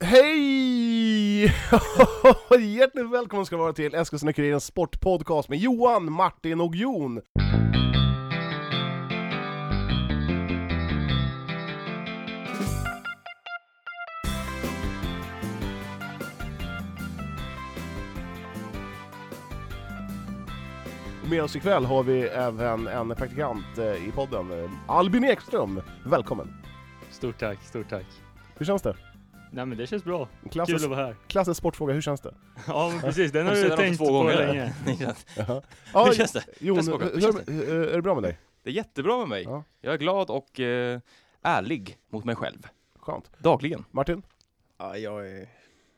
Hej! Hjärtligt välkommen ska ni vara till Eskilstuna-Kurirens sportpodcast med Johan, Martin och Jon. Och Med oss ikväll har vi även en praktikant eh, i podden, eh, Albin Ekström. Välkommen! Stort tack, stort tack. Hur känns det? Nej men det känns bra. Kul Klassisk, att vara här. klassisk sportfråga, hur känns det? Ja men precis, den har Sedan du de tänkt två på gånger. länge. Jaha. Hur Ja, känns det? Jon, Nästa fråga. hur, Hur känns hur, hur, Eh, är det bra med dig? Det är jättebra med mig. Ja. Jag är glad och eh, ärlig mot mig själv. Skönt. Dagligen. Martin? Ja, jag är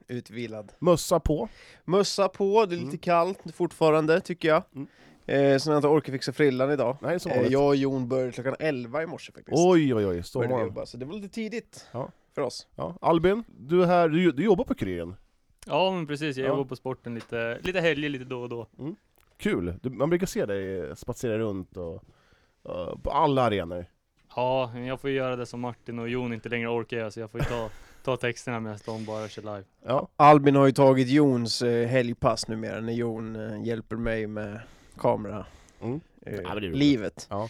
utvilad. Mössa på. Mössa på, det är lite Mm. kallt fortfarande tycker jag. Mm. Eh, så jag inte orkar fixa frillan idag. Nej, som Eh, vanligt. jag och Jon började klockan 11 i morse faktiskt. Oj, oj, oj. Började vi Sommaren. jobba, så det var lite tidigt Ja. för oss. Ja. Albin, du är här. Du, du jobbar på Kuriren. Ja men precis, jag Ja. jobbar på sporten lite, lite helger lite då och då. Kul. Du, man brukar se dig eh, spatsera runt och, eh, på alla arenor. Ja, men jag får ju göra det som Martin och Jon inte längre orkar göra så jag får ju ta, ta texterna medan de bara kör live. Ja. Albin har ju tagit Jons eh, helgpass numera när Jon eh, hjälper mig med kamera. Mm. eh, Ja, men det är roligt. livet. Ja.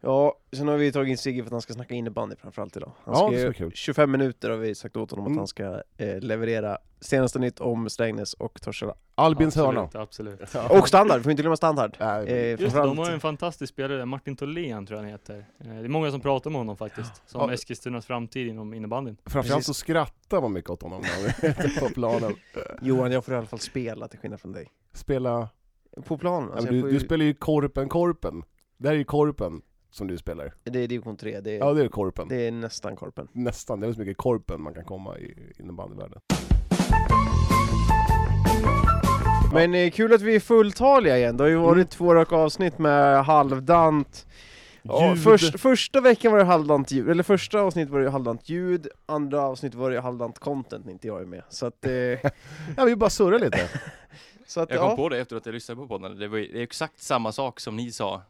ja, sen har vi tagit in Sigge för att han ska snacka innebandy framförallt idag. Ja, Han ska det ska ju- bli kul. 25 minuter har vi sagt åt honom Mm. att han ska eh, leverera senaste nytt om Strängnäs och Torshälla. Albins Äh, absolut, hörna. Absolut. Och standard, får inte glömma standard. Nej, Eh, Just det, de har ju framförallt- en fantastisk spelare där, Martin Tholén tror jag han heter. Eh, Det är många som pratar om honom faktiskt, som Ja. Eskilstunas framtid inom innebandyn. Framförallt precis. så skrattar man mycket åt honom när han är på planen. Johan, jag får i alla fall spela till skillnad från dig. Spela... På planen, Ja, men alltså, du, jag får du ju, spelar ju Korpen Korpen. Det här är ju Korpen som du spelar. det är division 3, det är, Ja, det är Korpen. det är nästan korpen. Nästan. Det är så mycket Korpen man kan komma i innebandyvärlden. Men eh, kul att vi är fulltaliga igen, det har ju Mm. varit två raka avsnitt med halvdant ja, Ljud. först, Första veckan var det halvdant ljud, eller första avsnittet var det halvdant ljud, andra avsnittet var det halvdant content när inte jag är med. Så att, eh, Ja, vi bara surrar lite. så att Jag kom ja, på det efter att jag lyssnade på podden. Det var ju- det är exakt samma sak som ni sa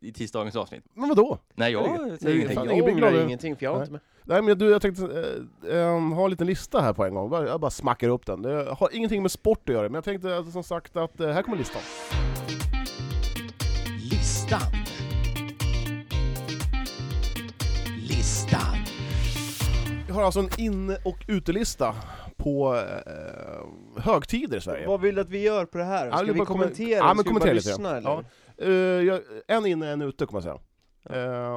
i tisdagens avsnitt. Men vadå? Nej, jag... det är ju jag- fan jag ingen blir glad. ångrar ingenting för jag var inte med. Nej men du, jag tänkte eh, eh, ha en liten lista här på en gång, Bara- jag bara smackar upp den. Det har ingenting med sport att göra, men jag tänkte eh, som sagt att eh, här kommer listan. Listan. Listan. Vi har alltså en in och utelista på eh, högtider i Sverige. Vad vill du att vi gör på det här? Ja, Ska det är vi bara kommen- kommentera? Ja, men Ska vi kommentera bara lite lyssna grann. eller? Ja. Eh, jag, en inne, en ute kommer jag säga. Eh,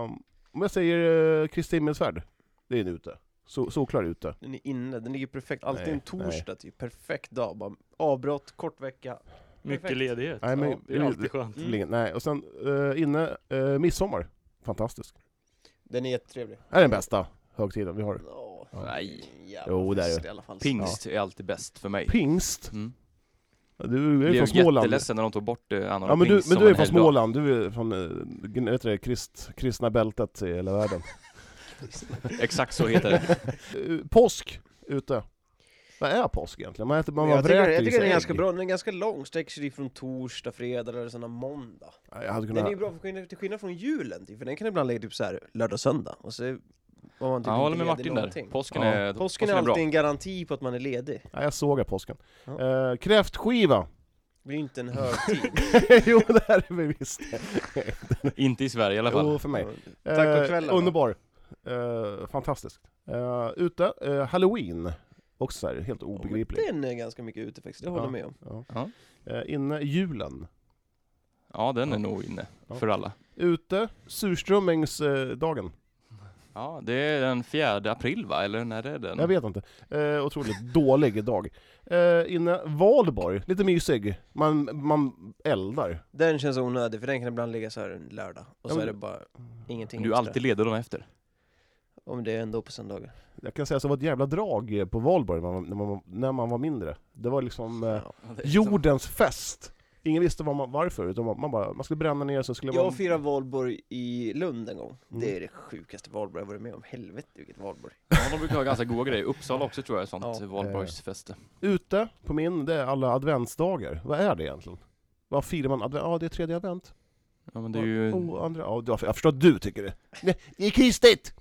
om jag säger eh, Kristi himmelsfärd, det är en ute. Så, solklar ute. Den är inne, den ligger perfekt. Alltid Nej, en torsdag typ, perfekt dag. Bara avbrott, kort vecka. Mycket Perfekt. ledighet. Nej, men- ja, det är alltid skönt. Mm. Ingen- Nej, och sen eh, inne, eh, midsommar. Fantastisk. Den är jättetrevlig. Det är den bästa högtiden vi har. Åh, Ja. Nej. jävla Jo, det är fest det. i alla fall. Pingst är alltid bäst för mig. Pingst. Mm. Du, du är Jag ju från blev Småland. jätteledsen när de tog bort eh, annandag Ja men du, pingst men som du är en från helgdag. Småland, du är från, eh, vet du det, krist, kristna bältet i hela världen. Exakt så heter det. Eh, Påsk, ute. Vad är påsk egentligen? Man äter, man Men bara jag tycker, vräker i jag tycker sig den är ägg. ganska bra, den är ganska lång, sträcker sig från torsdag, fredag eller sådana måndag. Ja, Jag hade Den är kunnat... ju bra för skillnad, till skillnad från julen, typ, för den kan ibland ligga typ såhär lördag, söndag. Och så är- var man typ Jag inte håller med ledig Martin där. någonting. Påsken Ja. är, Påsken är alltid en garanti på att man är ledig. Ja, jag såg påsken. Ja. Eh, kräftskiva! Det är ju inte en högtid. jo det här är vi visst. bra. Inte i Sverige i alla fall. Jo, för mig. Eh, Tack och kvällen, va? Underbar. Eh, fantastiskt. Eh, ute, eh, halloween. Också så här, helt obegriplig. Den är ganska mycket ute faktiskt, det håller Ja. jag med om. Ja. Ja. Eh, inne, julen. Ja, den är Ja. nog inne. Ja. För alla. Ute, surströmmingsdagen. Ja, det är den 4 april va? Eller när är den? Jag vet inte. Eh, otroligt dålig dag. Eh, inne, Valborg, lite mysig. Man, man eldar. Den känns onödig för den kan ibland ligga så här en lördag Ja, och så men- är det bara ingenting Du är extra. alltid ledig dagen efter. Om det är ändå på söndagar Jag kan säga att det var ett jävla drag på Valborg när man, när man, när man var mindre. Det var liksom eh, ja. jordens fest. Ingen visste vad man, varför, utan man, man bara, man skulle bränna ner så skulle man... Jag firade valborg i Lund en gång Mm. Det är det sjukaste valborg jag varit med om, helvete vilket valborg Ja, de brukar ha ganska goda grejer. Uppsala också tror jag är sånt Ja. valborgsfeste. Ute på min, det är alla adventsdagar. Vad är det egentligen? Vad firar man advent? Ja, det är tredje advent. Ja men det är ju... Oh, Och andra... Ja, jag förstår att du tycker det. Nej, det är kristet!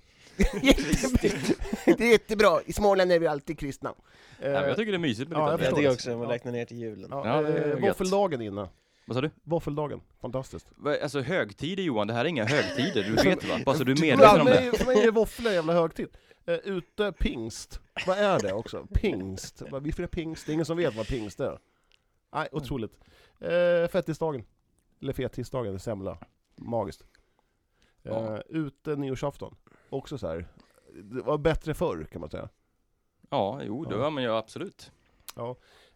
det är jättebra, i Småland är vi alltid kristna. Eh, Nej, men jag tycker det är mysigt med ja, lite jag andra. Jag förstår. tycker det. också att man Ja. räknar ner till julen. ja, Ja, det eh, är gött. Våffeldagen innan. Vad sa du? Våffeldagen, fantastiskt. Vad- Alltså högtider Johan, det här är inga högtider, du vet va? Bara så du är medveten För om mig- det. för mig är våfflor en jävla högtid. Eh, ute, pingst. Vad är det också? Pingst. Vad- Vi firar pingst, det är ingen som vet vad pingst är. Nej, Mm. otroligt. Eh, fettisdagen. Eller fettisdagen, det är semla. Magiskt. Eh, Ja. Ute nyårsafton. Också så här. Det var bättre förr kan man säga. Ja, jo, det Ja. ja. men jag absolut.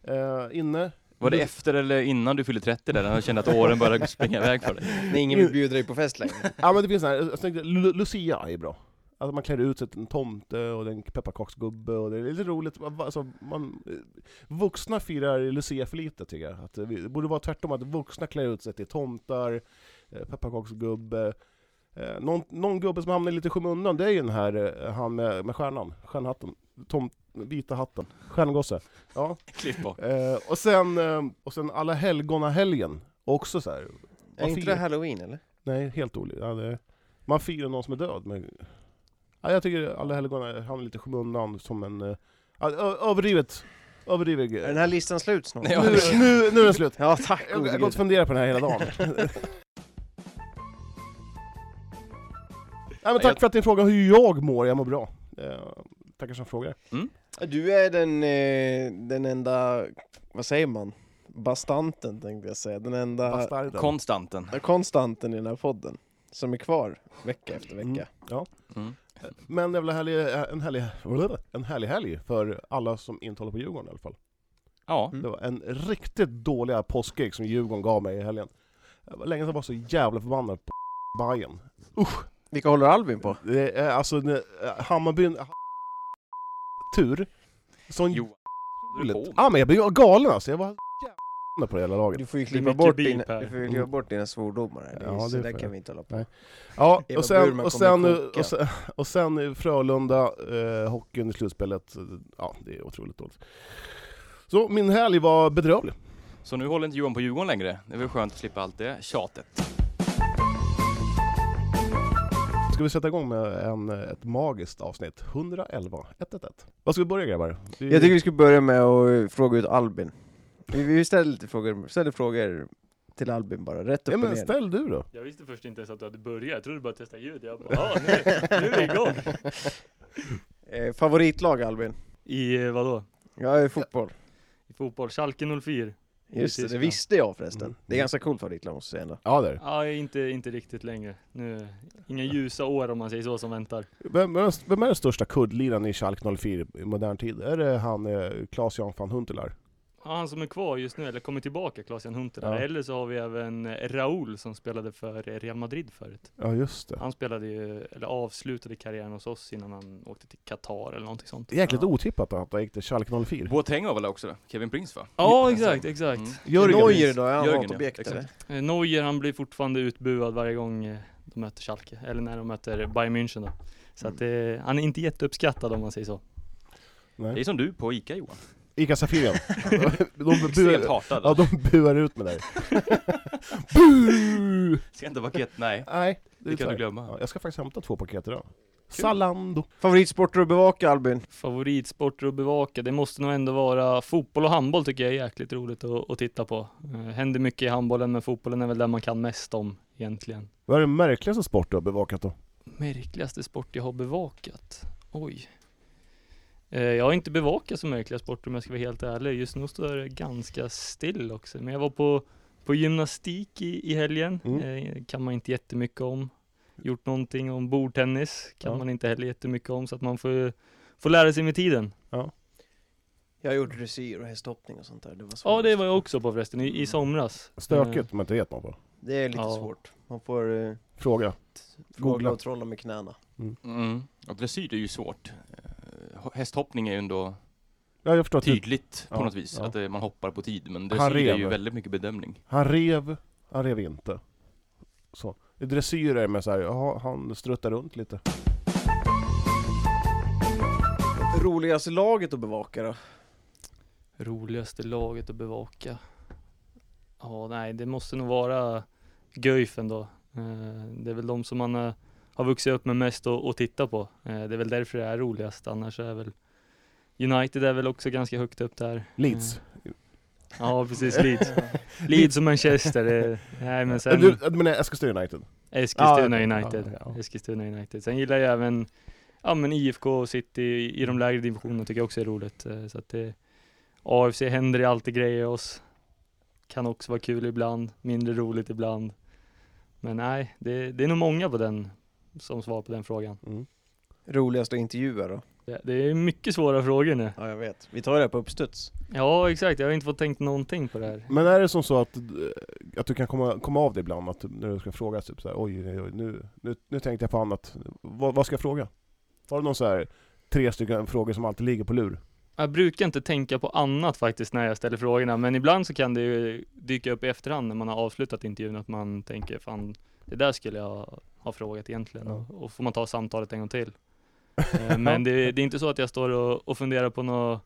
Eh, inne, Var det efter eller innan du fyllde 30 där? Jag kände att åren började springa iväg för dig. Nej, ingen Mm. vill bjuda dig på fest längre. Ja men det finns sådana här, jag tänkte, Lu- Lucia är bra. Alltså man klär ut sig till en tomte och det är en pepparkaksgubbe och det är lite roligt. Man- Alltså man, eh, vuxna firar Lucia för lite tycker jag. Att det vi- det borde vara tvärtom, att vuxna klär ut sig till tomtar, eh, pepparkaksgubbe. Eh, Någon, någon gubbe som hamnar lite i skymundan, det är ju den här eh, han med, med stjärnan, stjärnhatten, tom, vita hatten, stjärngosse. Ja. Klipp bort. Eh, och, sen, eh, och sen alla helgonahelgen, också så här. Är inte det firar- halloween eller? Nej, helt olika. Ja, det... Man firar någon som är död, men... Ja, jag tycker alla helgon hamnar lite i skymundan som en... eh, Ja, ö- överdrivet. Överdrivet grej. Är den här listan slut snart? Nej, Oh, Nu, nu, nu är det slut. Ja, tack Jag jag har gode gått och gud. funderat på den här hela dagen. Nej, men tack Jag- för att ni frågar hur jag mår. Jag mår bra. Eh, Tackar som frågar. Du är den, eh, den enda, vad säger man? Bastanten tänkte jag säga. Den enda Bastarden. Konstanten. konstanten i den här podden. Som är kvar vecka efter vecka. Mm, ja. Mm. Men jävla härlig, eh, en, härlig, en härlig helg för alla som inte håller på Djurgården i alla fall. Ja, Det var en riktigt dålig påskägg som Djurgården gav mig i helgen. Det var länge sedan jag var så jävla förbannad på Bajen. Usch! Vilka håller Albin på? Det är alltså det- Hammarby... Tur. Sån Johan. vad håller du jävligt... på med? Ja men jag blev galen alltså. Jag var jävla på det hela laget. Du får ju Det är klippa mycket bort, bip dina, här. du får ju klippa bort dina svordomar här. Mm. Ja, Ja, det det, där får kan jag. vi inte hålla på. Nej. Ja, Eva och sen, Burman och, kommer sen, koka. och, sen, och sen i Frölunda, eh, hockeyn i slutspelet. Ja, det är otroligt dåligt. Så min helg var bedrövlig. Så nu håller inte Johan på Djurgården längre. Det är väl skönt att slippa allt det tjatet. Ska vi sätta igång med en, eh, ett magiskt avsnitt? 111, 111. Vad ska vi börja grabbar? Vi- Jag tycker vi ska börja med att eh, fråga ut Albin. Vi, vi ställer lite frågor, ställer frågor till Albin bara, rätt upp Ja och men ner. ställ du då! Jag visste först inte ens att du hade börjat. Jag trodde du bara testade ljud. Jag bara, ja, nu, nu är vi igång. Eh, favoritlag Albin? I eh, vadå? Ja, i fotboll. I fotboll? Schalke 04? Just det, det Tyskland. visste jag förresten. Mm. Det är ganska coolt favoritlag måste jag säga ändå. Ja där. Ja, inte, inte riktigt längre. Nu, inga ljusa år om man säger så som väntar. Vem, vem, vem är den största kuddliraren i Schalke 04 i modern tid? Är det han eh, Claes Jan van Huntelaar? Ja, han som är kvar just nu, eller kommer tillbaka, Claes-Jan Huntelaar. Ja. Eller så har vi även eh, Raul som spelade för eh, Real Madrid förut. Ja just det. Han spelade ju, eller avslutade karriären hos oss innan han åkte till Qatar eller någonting sånt. Jäkligt ja. otippat att han gick till Schalke 04. Boateng var väl också Kevin Prince va? Ja, alltså. exakt, exakt. Mm. Jörgen. Neuer då, är han Jörgen, något ja. objekt Exakt. eller? Eh, Neuer han blir fortfarande utbuad varje gång eh, de möter Schalke, eller när de möter Bayern München då. Så att Mm. eh, han är inte jätteuppskattad om man säger så. Det är Nej. som du på Ica Johan. Ica Safirien. de, Extremt buar, hatad. ja, de buar ut med dig. Bu! Ska inte paket, nej. Nej, Mm. det, Det är kan du tyvärr. glömma. Ja, jag ska faktiskt hämta två paket idag. Zalando. Favoritsporter att bevaka Albin? Favoritsporter att bevaka, det måste nog ändå vara fotboll och handboll tycker jag är jäkligt roligt att, att titta på. Eh, händer mycket i handbollen, men fotbollen är väl där man kan mest om egentligen. Vad är den märkligaste sport du har bevakat då? Märkligaste sport jag har bevakat? Oj. Eh, Jag har inte bevakat så märkliga sporter om jag ska vara helt ärlig. Just nu står det ganska still också. Men jag var på, på gymnastik i, i helgen. Mm. Eh, Kan man inte jättemycket om. Gjort någonting om bordtennis. Kan Ja. man inte heller jättemycket om. Så att man får, får lära sig med tiden. Jag har gjort dressyr och hästhoppning och sånt där, det var svårt. Ja, det var jag också på förresten. I, i somras. Mm. Stökigt, men inte vet man på. Det är lite Ja. svårt. Man får eh, Fråga. fråga Googla. och trolla med knäna. Mm. Och dressyr är ju svårt. Eh, Hästhoppning är ju ändå Ja, jag förstår att du, tydligt på Ja, något vis, ja. att det, man hoppar på tid. Men Han dressyr är ju rev. väldigt mycket bedömning. han rev, han rev inte. Så. I dressyr är det mer såhär, jaha, han struttar runt lite. Roligaste laget att bevaka då? Eh, Roligaste laget att bevaka. Ja, nej, det måste nog vara Guif ändå. Eh, Det är väl de som man har har vuxit upp med mest att, att titta på. Eh, det är väl därför det är roligast, annars är väl United är väl också ganska högt upp där. Eh, Leeds. Mm. Ja precis, Leeds. Leeds och Manchester. Det, nej men Äh, sen Du, du menar Eskilstuna United? Eskilstuna Ja, okej. United. Ja, ja. Eskilstuna United. Sen gillar jag även ja, men IFK och City i- i de lägre divisionerna tycker jag också är roligt. Eh, Så att det, AFC händer det alltid grejer oss. Kan också vara kul ibland, mindre roligt ibland. Men nej, det, det är nog många på den som svar på den frågan. Mm. Roligast att intervjua då? Det, det är mycket svåra frågor nu. Ja, jag vet. Vi tar det här på uppstuds. Ja, exakt. Jag har inte fått tänkt någonting på det här. Men är det som så att, eh, att du kan komma, komma av det ibland, att du- när du ska fråga typ såhär oj, oj, oj nu, nu, nu tänkte jag på annat, vad, vad ska jag fråga? Har du någon så här tre stycken frågor som alltid ligger på lur? Jag brukar inte tänka på annat faktiskt när jag ställer frågorna, men ibland så kan det ju dyka upp i efterhand när man har avslutat intervjun att man tänker fan, det där skulle jag ha frågat egentligen Ja. och, och får man ta samtalet en gång till. Eh, men det, det är inte så att jag står och, och funderar på något,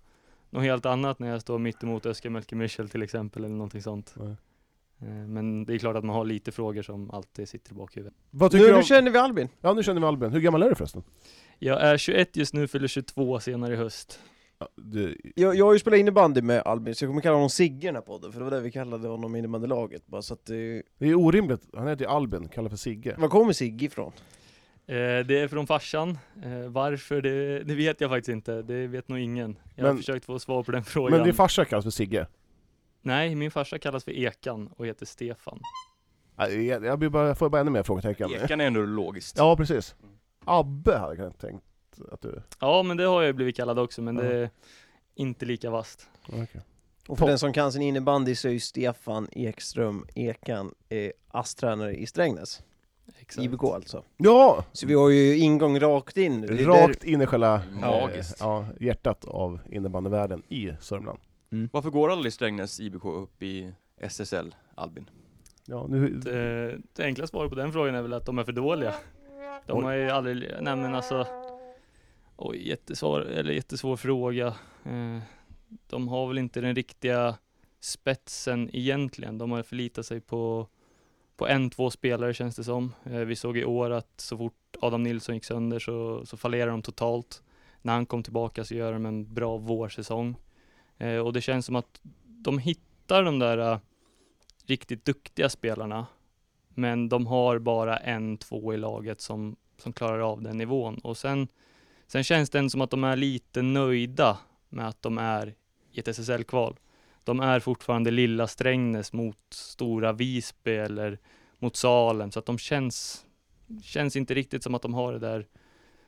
något helt annat när jag står mitt emot Özcan Melker till exempel eller någonting sånt. Nej. Eh, Men det är klart att man har lite frågor som alltid sitter i bakhuvudet. Vad tycker Nu, du om... nu känner vi Albin. Ja nu känner vi Albin, hur gammal är du förresten? Jag är 21 just nu, fyller 22 senare i höst. Ja, du, Jag, jag har ju spelat innebandy med Albin, så jag kommer kalla honom Sigge i den här podden, för det var det vi kallade honom i innebandylaget. Bara så att, eh, det är orimligt, han heter ju Albin, kallar för Sigge. var kommer Sigge ifrån? Eh, det är från farsan. Eh, varför, det, det vet jag faktiskt inte. Det vet nog ingen. Jag har Men- försökt få svar på den Men frågan. din farsa kallas för Sigge? Nej, min farsa kallas för Ekan och heter Stefan. Ja, Jag, jag, blir bara, jag får bara ännu mer frågetecken. Ekan är ändå logiskt. Ja precis. Abbe hade jag kanske tänkt att du... Ja, men det har jag blivit kallad också, men Ja. det är inte lika vasst. Och för Topp. den som kan sin innebandy så är ju Stefan Ekström Ekan eh, ASS-tränare i Strängnäs, Exakt. IBK alltså. Ja! Så vi har ju ingång rakt in nu. Det är Rakt in i själva Magiskt. eh, ja, hjärtat av innebandyvärlden i Sörmland. Varför går aldrig Strängnäs IBK upp i SSL, Albin? Ja, nu, Eh, det enkla svaret på den frågan är väl att de är för dåliga. De Oj. har ju aldrig, nej men alltså, oj, jättesvår, eller jättesvår fråga. Eh, de har väl inte den riktiga spetsen egentligen. De har förlitat sig på, på en, två spelare känns det som. Eh, vi såg i år att så fort Adam Nilsson gick sönder så, så fallerade de totalt. När han kom tillbaka så gör de en bra vårsäsong. Eh, och det känns som att de hittar de där eh, riktigt duktiga spelarna, men de har bara en, två i laget som, som klarar av den nivån. Och sen, sen känns det ändå som att de är lite nöjda med att de är i ett SSL-kval. De är fortfarande lilla Strängnäs mot stora Visby eller mot Salem, så att de känns, känns inte riktigt som att de har det där,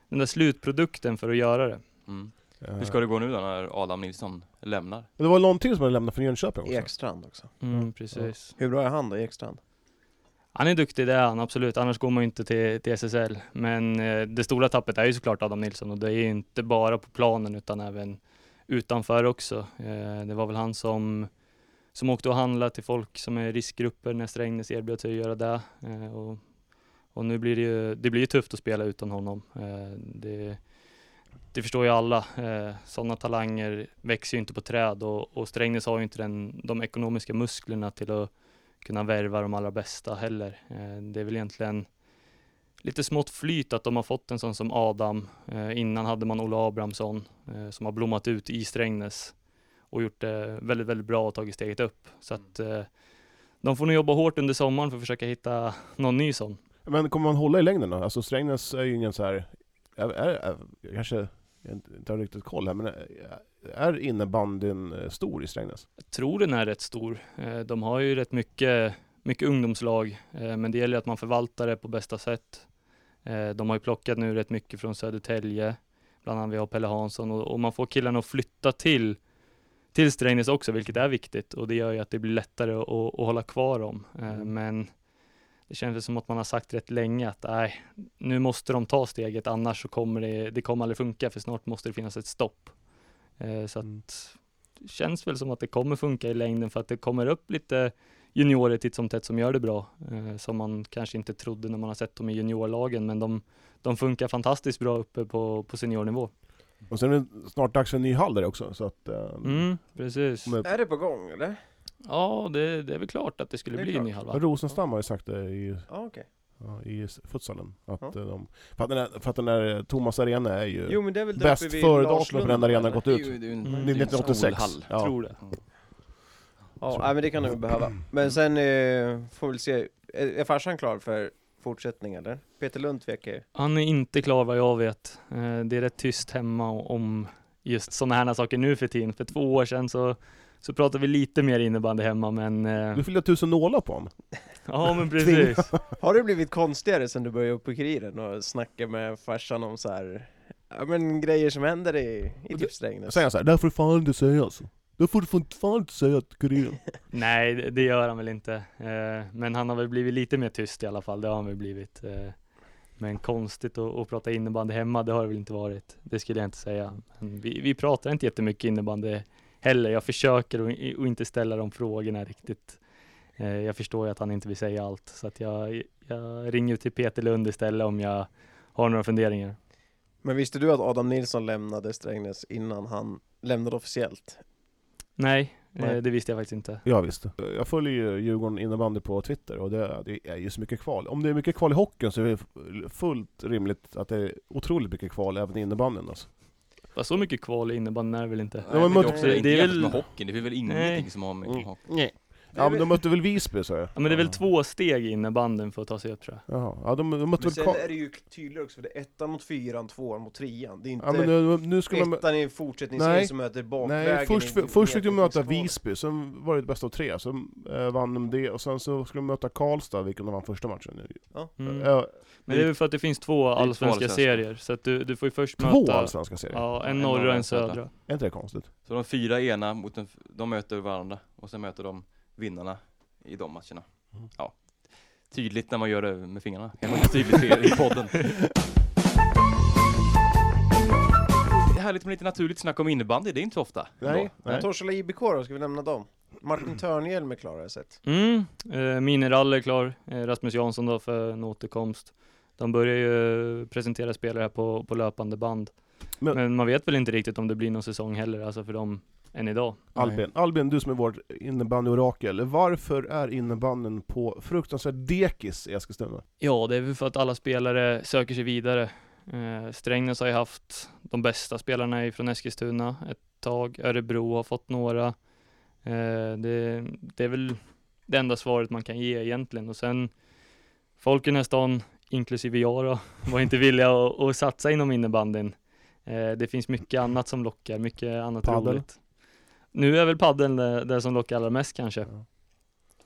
den där slutprodukten för att göra det. Mm. eh, Hur ska det gå nu då när Adam Nilsson lämnar? det var någonting som hade lämnat från Jönköping också. Ekstrand också. Mm, precis. Hur bra är han då, Ekstrand? Han är duktig, det är han absolut. Annars går man ju inte till, till SSL. Men eh, det stora tappet är ju såklart Adam Nilsson och det är ju inte bara på planen utan även utanför också. Eh, det var väl han som, som åkte och handlade till folk som är i riskgrupper när Strängnäs erbjöd sig att göra det. Eh, och, och nu blir det ju, det blir ju tufft att spela utan honom. Eh, det, det förstår ju alla. Eh, Sådana talanger växer ju inte på träd och, och Strängnäs har ju inte den, de ekonomiska musklerna till att kunna värva de allra bästa heller. Eh, Det är väl egentligen lite smått flyt att de har fått en sån som Adam. Eh, Innan hade man Olle Abrahamsson eh, som har blommat ut i Strängnäs och gjort det väldigt, väldigt bra och tagit steget upp. Så att eh, de får nog jobba hårt under sommaren för att försöka hitta någon ny sån. Men kommer man hålla i längden då? Alltså Strängnäs är ju ingen så här... Är, är, är, jag kanske jag inte inte har riktigt koll här, men är- är innebandyn eh, stor i Strängnäs? Jag tror den är rätt stor. Eh, De har ju rätt mycket, mycket ungdomslag, eh, men det gäller ju att man förvaltar det på bästa sätt. Eh, De har ju plockat nu rätt mycket från Södertälje, bland annat vi har Pelle Hansson, och, och man får killarna att flytta till, till Strängnäs också, vilket är viktigt, och det gör ju att det blir lättare att, att att hålla kvar dem. Eh, Mm. Men det känns som att man har sagt rätt länge att nej, nu måste de ta steget, annars så kommer det, det kommer aldrig funka, för snart måste det finnas ett stopp. Eh, Så att känns väl som att det kommer funka i längden för att det kommer upp lite juniorer titt som tätt som gör det bra, eh, som man kanske inte trodde när man har sett dem i juniorlagen, men de, de funkar fantastiskt bra uppe på, på seniornivå. Och sen är det snart dags för en ny hall där också, så att... eh, Mm, precis. med- Är det på gång Eh, eller? Ja, det, det är väl klart att det skulle Det är bli en klart. ny halva. Rosenstam har ju sagt det i... Ja, okej. ja, i s- futsalen. Att, eh, de, för, att den här, för att den här eh, Thomas Arena är ju... Jo men det är väl Bäst därför vi före-datumet på den arenan har gått Det är ut. ju det är ju en, Mm. det är ju en 1986. skolhall. Ja. Tror det. Ja, Så. nej, men det kan du behöva. Men sen eh, får vi väl se, är, är farsan klar för fortsättning eller? Peter Lund tvekar ju. Han är inte klar vad jag vet. Eh, Det är rätt tyst hemma o- om just sådana här saker nu för tiden. För två år sedan så, så pratade vi lite mer innebandy hemma, men eh, Du fyllde tusen nålar på honom. ja men precis. Har det blivit konstigare sen du började upp på Kuriren och snacka med farsan om så här, ja men grejer som händer i, i Det- typ Strängnäs? Säger han såhär, det här får du fan inte säga alltså. Det får du fan- fan inte säga att kuriren... Nej, det- det gör han väl inte. Eh, Men han har väl blivit lite mer tyst i alla fall. Det har han väl blivit. Eh, Men konstigt att, att prata innebandy hemma, det har det väl inte varit. Det skulle jag inte säga. Men vi, vi pratar inte jättemycket innebandy heller. Jag försöker att i- att inte ställa de frågorna riktigt. Eh, Jag förstår ju att han inte vill säga allt, så att jag, jag ringer till Peter Lund istället om jag har några funderingar. Men visste du att Adam Nilsson lämnade Strängnäs innan han lämnade officiellt? Nej, eh, Nej. det visste jag faktiskt inte. Ja visst. Jag följer ju Djurgården innebandy på Twitter och det, det är ju så mycket kval. Om det är mycket kval i hockeyn så är det fullt rimligt att det är otroligt mycket kval även i innebandyn alltså. Fast så mycket kval i innebandyn är det väl inte? men Nej, det, är mot- också, det, är det är inte jämfört väl- med hockeyn, det är väl ingenting Nej. som har med Mm. hockey. Nej. Ja men de mötte väl Visby sa jag? Ja, men det är väl två steg i innebandyn för att ta sig upp tror jag. Jaha, ja de, de mötte Men väl sen kval... är det ju tydligare också, för det är ettan mot fyran, tvåan mot trean. Det är inte Ja men nu, nu skulle de... ettan i Nej. fortsättningsvis som möter bakvägen. Nej, först, i- i först fick de möta nedflyttningskvalet. Visby, sen var det ett bästa av tre, sen eh, vann de det, och sen så skulle de möta Karlstad, vilken de vann första matchen. Mm. Eh, Men det är väl för att det finns två två allsvenska allsvenska. serier, så att du, du får ju först två möta allsvenska serier. Ja, en norra och en södra. Är inte det konstigt? Så de fyra ena, mot en, de möter varandra och sen möter de vinnarna i de matcherna. Mm. Ja. Tydligt när man gör det med fingrarna, kanske inte tydligt i- i podden. Det är härligt med lite naturligt snack om innebandy, det är inte så ofta. Nej, Ändå. nej. Torshälla IBK då, ska vi nämna dem? Martin Törnhjelm är klar har jag sett. Mm, eh, Minerall är klar, eh, Rasmus Jansson då för en återkomst. De börjar ju presentera spelare här på, på löpande band. Men- Men, man vet väl inte riktigt om det blir någon säsong heller, alltså för dem, än idag. Albin, Albin, du som är vårt innebandyorakel. Varför är innebanden på fruktansvärt dekis i Eskilstuna? Ja, det är väl för att alla spelare söker sig vidare. Eh, Strängnäs har ju haft de bästa spelarna från Eskilstuna ett tag. Örebro har fått några. Eh, det, det är väl det enda svaret man kan ge egentligen. Och sen, folk i den här stan, inklusive jag då, var inte villiga att, att satsa inom innebandyn. Eh, det finns mycket annat som lockar, mycket annat Padel. roligt. Nu är väl paddeln det, det som lockar allra mest kanske.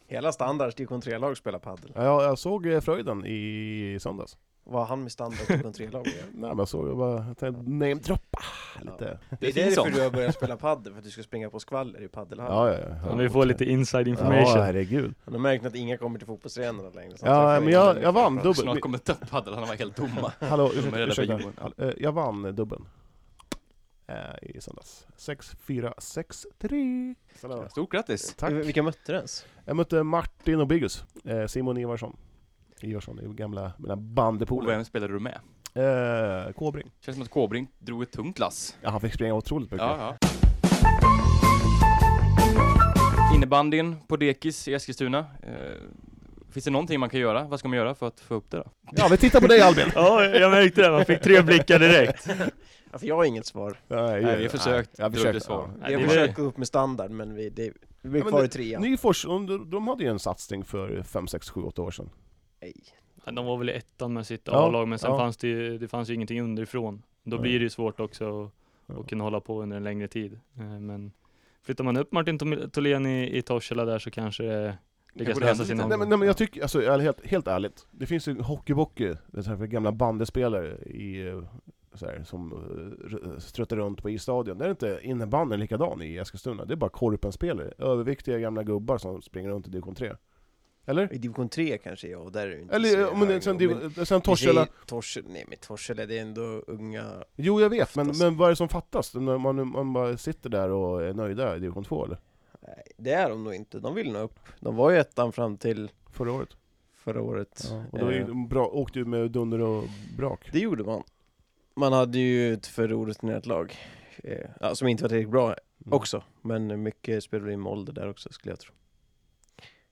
Hela standards division 3-lag spelar padel. Ja, Jag, jag såg eh, Fröjden i söndags. Vad har han med standards division 3-lag att göra? Nej, men jag såg jag bara, jag tänkte namedroppa lite. Det är finns därför sånt. du har börjat spela padel, för att du ska springa på skvaller i padelhallen. Ja, ja, ja. Ja, vi får lite inside information. Ja, herregud. Han har märkt att inga kommer till fotbollsarenorna längre. så han Ja, träffar men ingen jag, längre. jag vann dubbeln. Snart kommer tapppadlarna vara helt tomma. Hallå, De är ursäkta, rädda för ursäkta. Djurgården. Eh, Jag vann dubbeln. Eh, I söndags. 6-4, 6-3. Sådär. Stort grattis! Tack. Vilka mötte du ens? Jag mötte Martin och Biggus. Eh, Simon Ivarsson. Ivarsson, är ju gamla mina Och bandepolare. vem spelade du med? Eh, Kåbring. Känns som att Kåbrink drog ett tungt lass. Ja, han fick springa otroligt mycket. Ja, ja. Innebandyn på Dekis i Eskilstuna. Eh, finns det någonting man kan göra? Vad ska man göra för att få upp det då? Ja, vi tittar på dig Albin! Ja, jag märkte det. Man fick tre blickar direkt. Ja, för Alltså, jag har inget svar. Nej, vi har försökt. Jag Det försökte, blev svårt. ja. Nej, Jag det är försöker väl- gå upp med standard, men vi, det, vi blir Ja, men kvar i det- trean. Nyfors, de- de hade ju en satsning för 5, 6, 7, 8 år sedan. Nej. Ja, De var väl i ettan med sitt Ja, A-lag, men sen ja. fanns det ju, det fanns ju ingenting underifrån. Då Nej. blir det ju svårt också att, Ja. att kunna hålla på under en längre tid. Eh, Men flyttar man upp Martin Tom- Tholén i, i Torshälla där så kanske det lyckas går det lösa hända sig lite. någon Nej men, gång. nej, men jag tycker, alltså jag är helt, helt ärligt, det finns ju hockeybocke, det här för gamla bandespelare i, eh, så här, som eh, r- struttar runt på isstadion. Där är inte innebandyn likadan i Eskilstuna, det är bara korpenspelare. Överviktiga gamla gubbar som springer runt i division 3. Eller? I division 3 kanske jag, och där är det inte Eller så om det, hög sen, nivå, men- div- sen Torshälla, Torshälla, nej men Torshälla det är ändå unga jo jag vet, men, Oftast. men vad är det som fattas? När man, man bara sitter där och är nöjda i division 2 eller? Nej, det är de nog inte. De vill nog upp. De var ju ettan fram till Förra året? förra året. och då är Eh, de bra, åkte ju med dunder och brak. Det gjorde man. Man hade ju ett förorutinerat lag. Eh, ja, som inte var tillräckligt bra Mm. också. Men mycket spelade in med ålder där också skulle jag tro.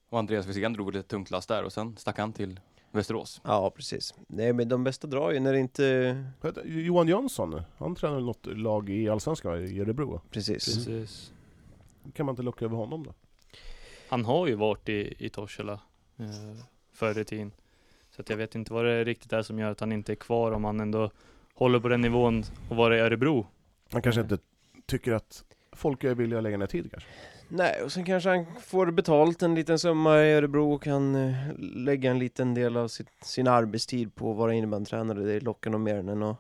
Och Andreas Wirsén drog ett tungt lass där och sen stack han till Västerås. Ja, precis. Nej, men de bästa drar ju när det inte... Vad heter- Johan Jönsson, han tränar väl något lag i Allsvenskan i Örebro? va? Precis. Precis. Kan man inte locka över honom då? Han har ju varit i, i Torshälla eh, förr i tiden. Så att jag vet inte vad det riktigt är som gör att han inte är kvar om han ändå håller på den nivån och vara i Örebro. Han kanske inte tycker att folk är villiga att lägga ner tid kanske? Nej, och sen kanske han får betalt en liten summa i Örebro och kan eh, lägga en liten del av sitt, sin arbetstid på att vara innebandytränare. Det lockar nog mer än att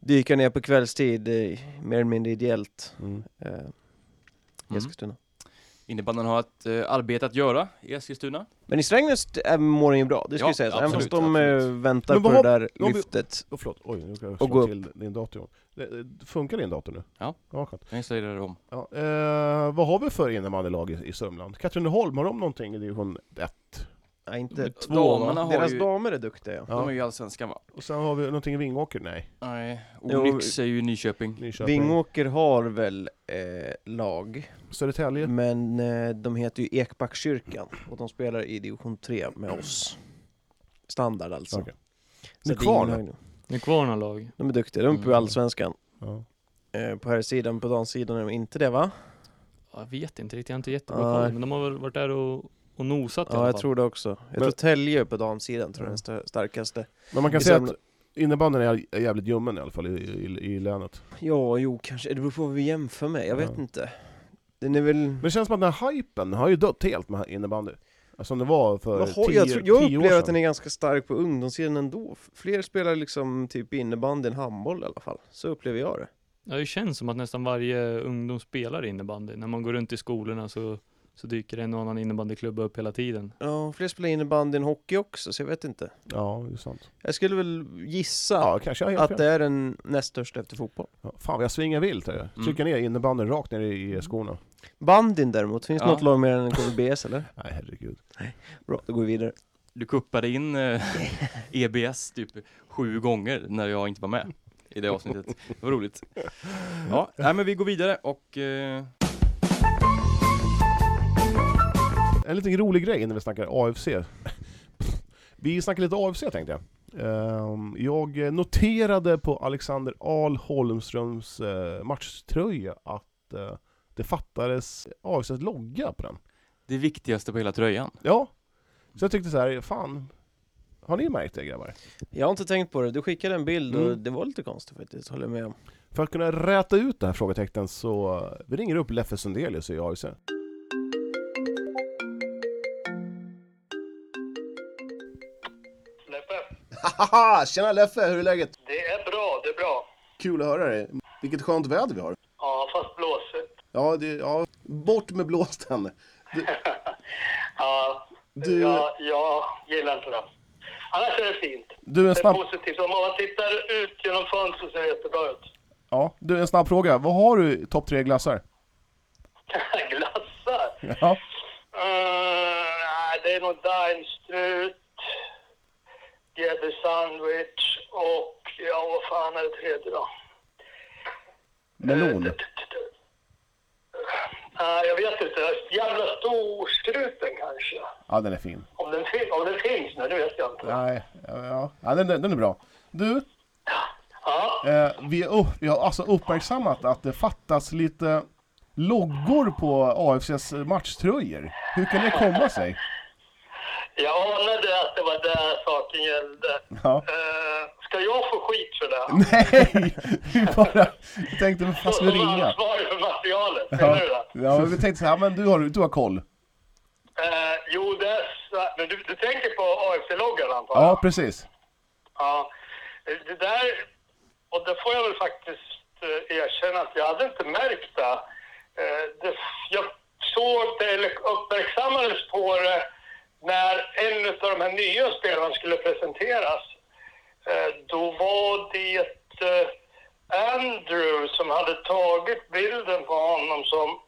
dyka ner på kvällstid, eh, mer eller mindre ideellt. Eh, i Mm. Eskilstuna. Innebandyn har ett eh, arbete att göra i Eskilstuna. Men i Strängnäs är- mår den ju bra, det ska Ja, ju sägas. Även fast absolut, de absolut. eh, väntar Men på vad det har- där vad har vi- lyftet. Oh, förlåt, oj nu ska jag Och gå slå upp. till din dator. Det- det- Funkar din dator nu? Ja. ja skönt. Jag installerar om. Ja, eh, vad har vi för innebandylag i, i Sörmland? Katrineholm, har de någonting i division 1? Nej, inte Men två va? damerna har Deras ju- damer är duktiga ja. Ja. De är ju i Allsvenskan va? Och sen har vi någonting i Vingåker? Nej, Nej. Jo, Onyx är ju i Nyköping. Nyköping? Vingåker har väl eh, lag, Södertälje? men eh, de heter ju Ekbackskyrkan och de spelar i division 3 med oss. Standard alltså. Okej. Så Ni är det är kvar ingen nu? höjning. Nu är kvar några lag. De är duktiga, de är uppe i Mm. Allsvenskan. Ja. Eh, på här sidan, på damsidan är de inte det va? Jag vet inte riktigt, jag har inte jättebra Nej. koll, men de har väl varit där och, och nosat i Ja, alla jag fall. tror det också. Jag Men- Mm. tror Tälje på damsidan Ja. tror jag är den sta- starkaste. Men man kan I säga att Sörmland. innebandyn är är jävligt ljummen i alla fall i, i, i länet. Ja, jo kanske. Det beror på vad vi jämför med, jag vet Ja. inte. Den är väl... Men det känns som att den här hypen har ju dött helt med innebandy. Som det var för Jag, tio, har, jag, tror, jag tio år upplever sedan. att den är ganska stark på ungdomssidan ändå. F- Fler spelar liksom typ innebandy än handboll i alla fall. Så upplever jag det. Ja, det känns som att nästan varje ungdom spelar innebandy. När man går runt i skolorna så, så dyker en och annan innebandyklubb upp hela tiden. Ja, fler spelar innebandy än hockey också, så jag vet inte. Ja, det är sant. Jag skulle väl gissa Ja, kanske jag har helt att eh, fel. det är den näst största efter fotboll. Ja, Fan vad jag svingar vilt här. Mm. Trycker ner innebandyn rakt ner i i skorna. Bandyn däremot, finns det Ja. något lag mer än KBS eller? Nej herregud. Bra, då går vi vidare. Du kuppade in eh, EBS typ sju gånger när jag inte var med i det avsnittet. Det var roligt. Ja, nej, men vi går vidare och eh, En liten rolig grej innan vi snackar AFC. Vi snackar lite AFC tänkte jag. Ehm, Jag noterade på Alexander Ahl Holmströms eh, matchtröja att eh, det fattades AFCs logga på den. det viktigaste på hela tröjan. Ja. Så jag tyckte så här, fan. Har ni märkt det grabbar? Jag har inte tänkt på det, du skickade en bild och Mm. det var lite konstigt faktiskt, håller jag med om. För att kunna räta ut det här frågetecknen så eh, vi ringer upp Leffe Sundelius i AFC. Leppe, Haha! Tjena Leffe, hur är läget? det är bra, det är bra. Kul att höra dig. Vilket skönt väder vi har. Ja, fast blåsigt. Ja, det, ja. bort med blåsten. Ja, Du- ja, jag gillar inte det. Annars är det fint. Du, en Det är snabb, positivt. Om man tittar ut genom fönstret ser det jättebra ut. ja, du, en snabb fråga. Vad har du i topp tre glassar? Glassar? Ja. Mm, nej, det är nog Daimstrut, GB Sandwich och ja, vad fan är det tredje då? Eh, Melon. Nej, Eh, jag vet inte. Jävla storstruten kanske. Ja, den är fin. Om den, fin- om den finns nu, det vet jag inte. Nej, ja, ja. ja den, den den är bra. Du, Ja. eh, vi, är upp, vi har alltså uppmärksammat att det fattas lite loggor på AFCs matchtröjor. Hur kan det komma sig? Jag anade att det var där saken gällde. Ja. Eh, ska jag få skit för det? Nej, vi bara tänkte att fan Så ska vi som ringa? ansvarig för materialet, menar Ja, du det? ja, men vi tänkte så här, men du har, du har koll. Eh, jo, det är så- men du, du tänker på AFC-loggan antar jag? Ja, precis. Ja. Det där, och det får jag väl faktiskt eh, erkänna att jag hade inte märkt det. Eh, det jag såg det, eller uppmärksammades på det, när en av de här nya spelarna skulle presenteras. Eh, då var det eh, Andrew som hade tagit bilden på honom som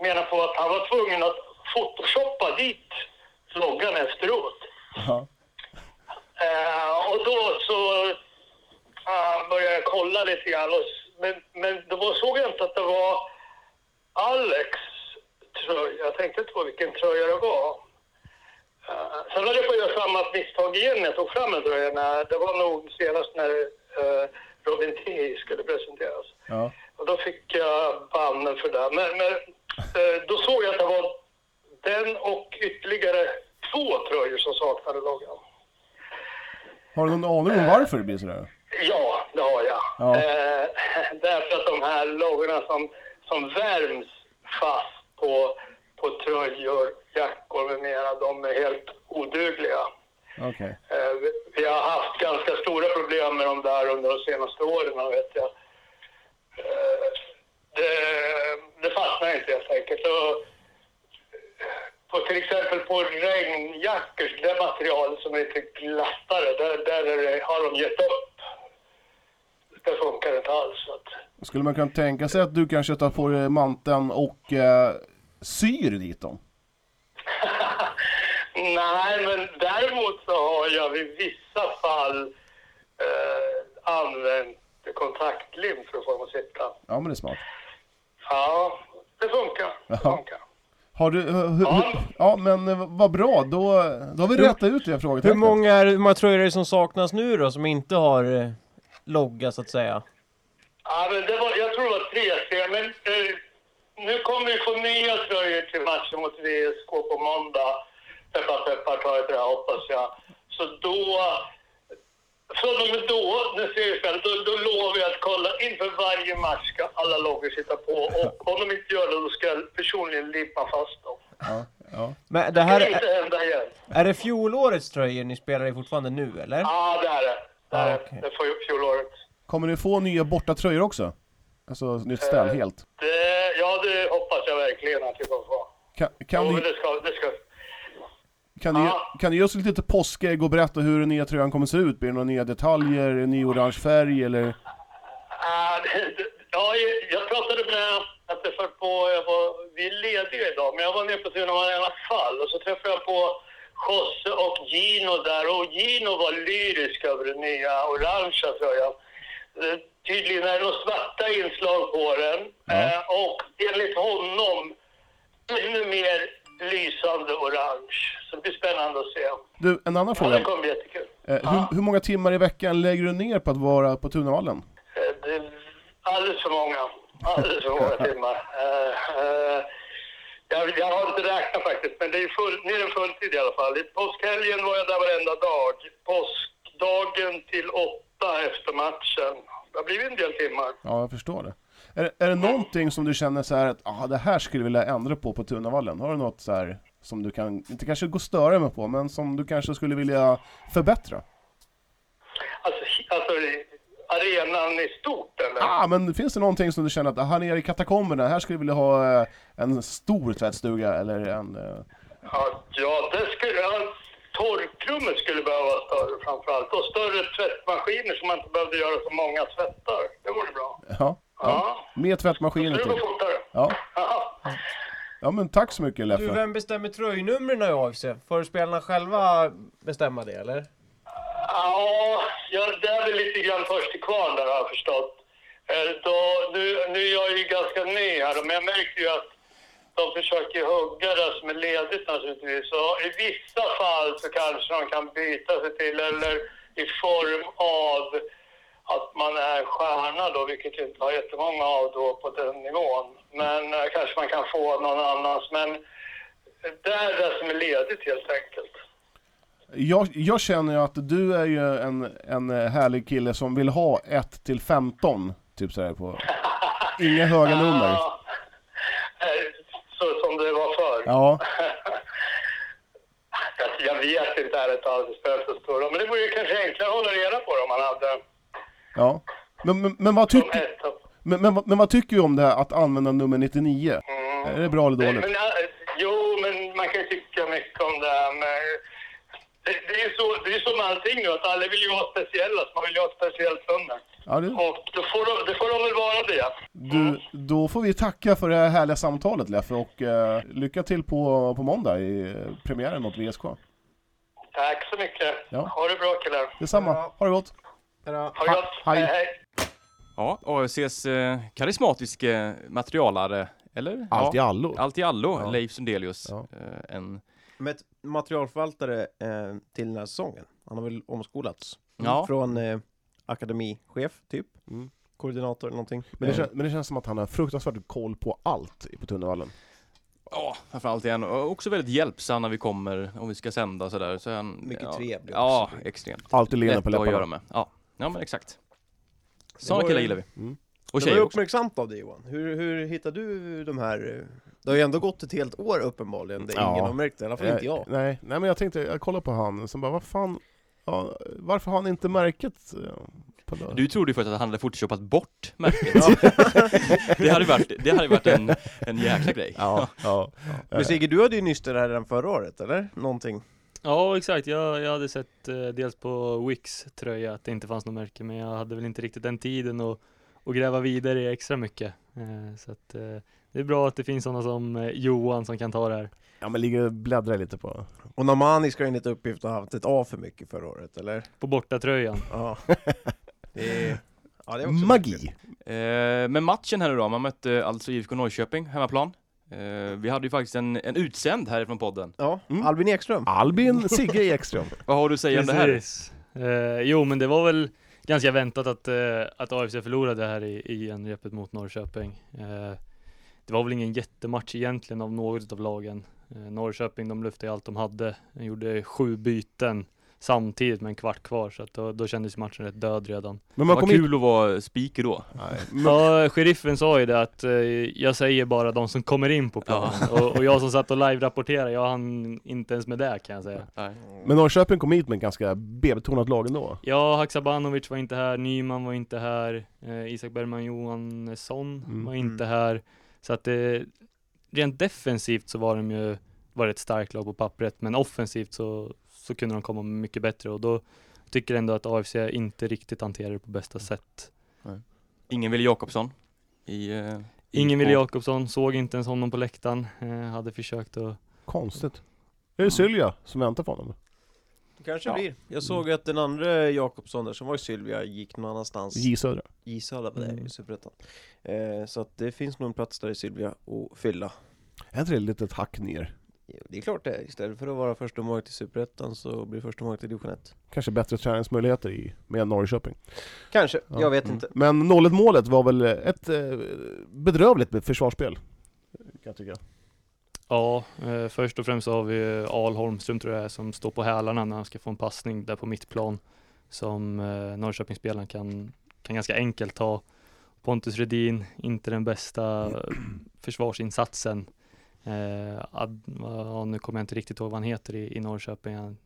menar på att han var tvungen att photoshoppa dit loggan efteråt. Ja. Eh, och då så eh, började jag kolla lite grann. Och, s- men, men då var- såg jag inte att det var Alex tröja. Jag tänkte inte på vilken tröja det var. Eh, Sen höll jag på att göra samma misstag igen när jag tog fram en dröja. när- Det var nog senast när eh, Robin T skulle presenteras. Ja. Och då fick jag bannor för det. Men, men eh, då såg jag att det var den och ytterligare två tröjor som saknade loggan. Har du någon aning om varför det blir sådär? Ja, det har jag. Ja. Eh, därför att de här loggorna som, som värms fast på, på tröjor, jackor med mera, de är helt odugliga. Okej. Eh, vi- Vi har haft ganska stora problem med de där under de senaste åren, vet jag. Eh, Det, det fastnar inte helt enkelt. Och på, till exempel på regnjackor, det materialet som är lite glattare, där, där är det, har de gett upp. Det funkar inte alls. Så att, Skulle man kunna tänka sig att du kanske tar på dig manteln och eh, syr dit dem? Nej, men däremot så har jag i vissa fall eh, använt kontaktlim för att få dem att sitta. Ja, men det är smart. Ja, det funkar. Det Ja. funkar. Har du... eh, hu- hu- Ja. ja, men eh, vad bra. Då, då har vi rätat ut det Hur frågetecknet. många, är, hur många tröjor är det som saknas nu då, som inte har eh, logga så att säga? Ja, men det var, jag tror det var tre serier, men eh, nu kommer vi få nya tröjor till matchen mot VSK på måndag. Peppar, peppar, ta ett det här hoppas jag. Så då, från och med då, nu ser vi själv, då, då lovar jag att kolla inför varje match ska alla loggor sitta på och om de inte gör det då ska jag personligen limma fast dem. Ja, ja. Men det här, Det kan är, inte hända igen. är det fjolårets tröjor ni spelar i fortfarande nu eller? Ja, det här är det. Det här är Ah, okej. det. Det får ju fjolåret. Kommer ni få nya bortatröjor också? Alltså nytt Eh, ställ helt? Det, ja, det hoppas jag verkligen att vi kommer få. Kan, kan, Jo, men ni, det ska, det ska. kan, ni, Ja. kan ni ge oss lite påskägg och berätta hur den nya tröjan kommer se ut? Blir det några nya detaljer, en ny orange färg eller? Ah, det- det- Ja, jag pratade med att jag för på, jag var, vi är lediga idag, men jag var nere på Tunaman i alla fall och så träffade jag på Josse och Gino där och Gino var lyrisk över den nya orangea tröjan. Eh, Tydligen är det några svarta inslag på den eh, och enligt honom ännu mer lysande orange. Så det blir spännande att se. Du, en annan Ja, fråga. det kommer bli jättekul. Eh, hur, hur många timmar i veckan lägger du ner på att vara på Tunavallen? Eh, Det är alldeles för många. Alldeles för många timmar. Eh, eh, jag, jag har inte räknat faktiskt, men det är full, mer än fulltid i alla fall. I påskhelgen var jag där varenda dag. Påskdagen till åtta efter matchen. Det har blivit en del timmar. Ja, jag förstår det. Är, är det någonting som du känner så här att ah, det här skulle jag vilja ändra på på Tunavallen? Har du något så här som du kan, inte kanske gå större med på, men som du kanske skulle vilja förbättra? Alltså, hi- alltså i- arenan i stort eller? Ah, men finns det någonting som du känner att ah, här nere i katakomberna, här skulle jag vilja ha eh, en stor tvättstuga eller en... Eh... Ja, ja det skulle, ja, torkrummet skulle behöva vara större framförallt. Och större tvättmaskiner så man inte behövde göra så många tvättar. Det vore bra. Ja, ja. Ja. Mer tvättmaskiner Nu går till. det fortare. Ja. Ja. ja, men tack så mycket Du, Leffe. vem bestämmer tröjnumren i AFC? Får spelarna själva bestämma det eller? Ja, ja, det är väl lite grann först till kvarn där har jag förstått. Eh, Då, nu, nu är jag ju ganska ny här men jag märker ju att de försöker hugga det som är ledigt naturligtvis. Så i vissa fall så kanske de kan byta sig till eller i form av att man är stjärna då, vilket jag inte har jättemånga av då på den nivån. Men eh, kanske man kan få någon annans. Men det är det som är ledigt helt enkelt. Jag, jag känner ju att du är ju en, en eh, härlig kille som vill ha 1 till 15, typ sådär på... Inga höga nummer. Ja. Eh, Så som det var förr. Ja, Alltså, Jag vet inte ärligt talat, det spelar inte så stor roll. Men det vore ju kanske enklare att hålla reda på det om man hade ja. Men, men, men, vad de tycker, ett. och- men, men, men vad tycker du om det här att använda nummer 99? Mm. Är det bra eller dåligt? Men, eh, jo, men man kan ju tycka mycket om det här med... Det, det är ju så, det är så med allting nu, att alla vill ju vara speciella, så man vill ju ha ett speciellt nummer. Ja, det, Och då får de, det får de väl vara det. du, då får vi tacka för det här härliga samtalet Leffe och eh, lycka till på, på måndag i eh, premiären mot VSK. Tack så mycket. Ja. Ha det bra killar. Detsamma, Ja. ha det gott! Eller? Ha det gott. hej. hej. Ja, AFCs eh, karismatiske materialare, eller? Allt i ja. allo! Allt i allo, Ja. Leif Sundelius. Ja. Eh, en Med materialförvaltare eh, till den här säsongen. Han har väl omskolats. Ja. Från eh, akademichef, typ. Mm. Koordinator eller någonting. Men det, Eh, kän- men det känns som att han har fruktansvärt koll på allt i- på Tunnevallen. Ja, framförallt är han och också väldigt hjälpsam när vi kommer, om vi ska sända sådär. Så är han, Mycket ja, trevlig Ja, också. extremt. Alltid leende Lätt på att göra läpparna. med. Ja, ja men exakt. Det Sådana var killar ju- gillar vi. Mm. Och det var tjejer ju också. uppmärksamt av dig Johan. Hur, hur hittar du de här... eh, Det har ju ändå gått ett helt år uppenbarligen, där Ja. ingen har märkt det. I alla fall inte Eh, jag. Nej, nej, men jag tänkte, jag kollade på han, sen bara, vad fan, ja, varför har han inte märket? eh, På det? Du trodde ju först att han hade fortköpat bort märket. det hade varit, det hade varit en, en jäkla grej. Ja, ja. Men Sigge, du hade ju nyss det här redan förra året, eller? Någonting. Ja, exakt. Jag, jag hade sett eh, dels på Wicks tröja att det inte fanns något märke, men jag hade väl inte riktigt den tiden att, att gräva vidare i extra mycket. Eh, så att, eh, det är bra att det finns sådana som eh, Johan som kan ta det här. ja, men ligger och bläddrar lite på... Och Namani ska ju enligt uppgift ha haft ett A för mycket förra året, eller? På bortatröjan. Ja. det är... Ja, det är också märkligt. Magi! Eh, men matchen här idag, man mötte alltså IFK Norrköping, hemmaplan. Eh, vi hade ju faktiskt en, en utsänd härifrån podden. Ja, Mm. Albin Ekström. Albin Sigge Ekström. Vad har du att säga om det här? Precis. Eh, jo, men det var väl ganska väntat att, eh, att AFC förlorade här i, i en repet mot Norrköping. Eh, det var väl ingen jättematch egentligen av något av lagen. Eh, Norrköping, de luftade allt de hade. De gjorde sju byten samtidigt med en kvart kvar, så att då, då kändes matchen rätt död redan. Men man Vad kom in... kul att vara speaker då. Nej, Mm. Ja, sheriffen sa ju det att eh, jag säger bara de som kommer in på planen. Och, och jag som satt och live-rapporterade, jag hann inte ens med det kan jag säga. Nej. Men Norrköping kom hit med en ganska B-betonat lag ändå. Ja, Haksabanovic var inte här, Nyman var inte här, eh, Isak Bergman Johansson Mm. var inte här. Så att det, rent defensivt så var de ju, var det ett starkt lag på pappret, men offensivt så, så kunde de komma mycket bättre och då tycker jag ändå att AFC inte riktigt hanterar det på bästa sätt. Ingen ville Jakobsson. I, eh, Ingen Wille IFK. Jakobsson, såg inte ens honom på läktaren, eh, hade försökt att Konstigt. Är det Sylvia som väntar på honom? Det kanske Ja. blir. Jag såg att den andra Jakobsson där, som var i Sylvia, gick någon annanstans. J Södra. Gishöda var det Mm. i Superettan. Eh, så att det finns nog en plats där i Sylvia att fylla. Är inte det ett litet hack ner? Jo, Det är klart det, är. istället för att vara första målet i Superettan så blir första målet i Division 1. Kanske bättre träningsmöjligheter i, med Norrköping. Kanske, Ja. jag vet Mm. inte. Men 0-1 målet var väl ett eh, bedrövligt försvarsspel. Kan jag tycka. Ja, eh, först och främst så har vi ju Al Holmström tror jag det är, som står på hälarna när han ska få en passning där på mittplan som eh, Norrköpingsspelaren kan, kan ganska enkelt ta. Pontus Redin, inte den bästa eh, försvarsinsatsen. Eh, ad, ja, nu kommer jag inte riktigt ihåg vad han heter i, i Norrköping. Han,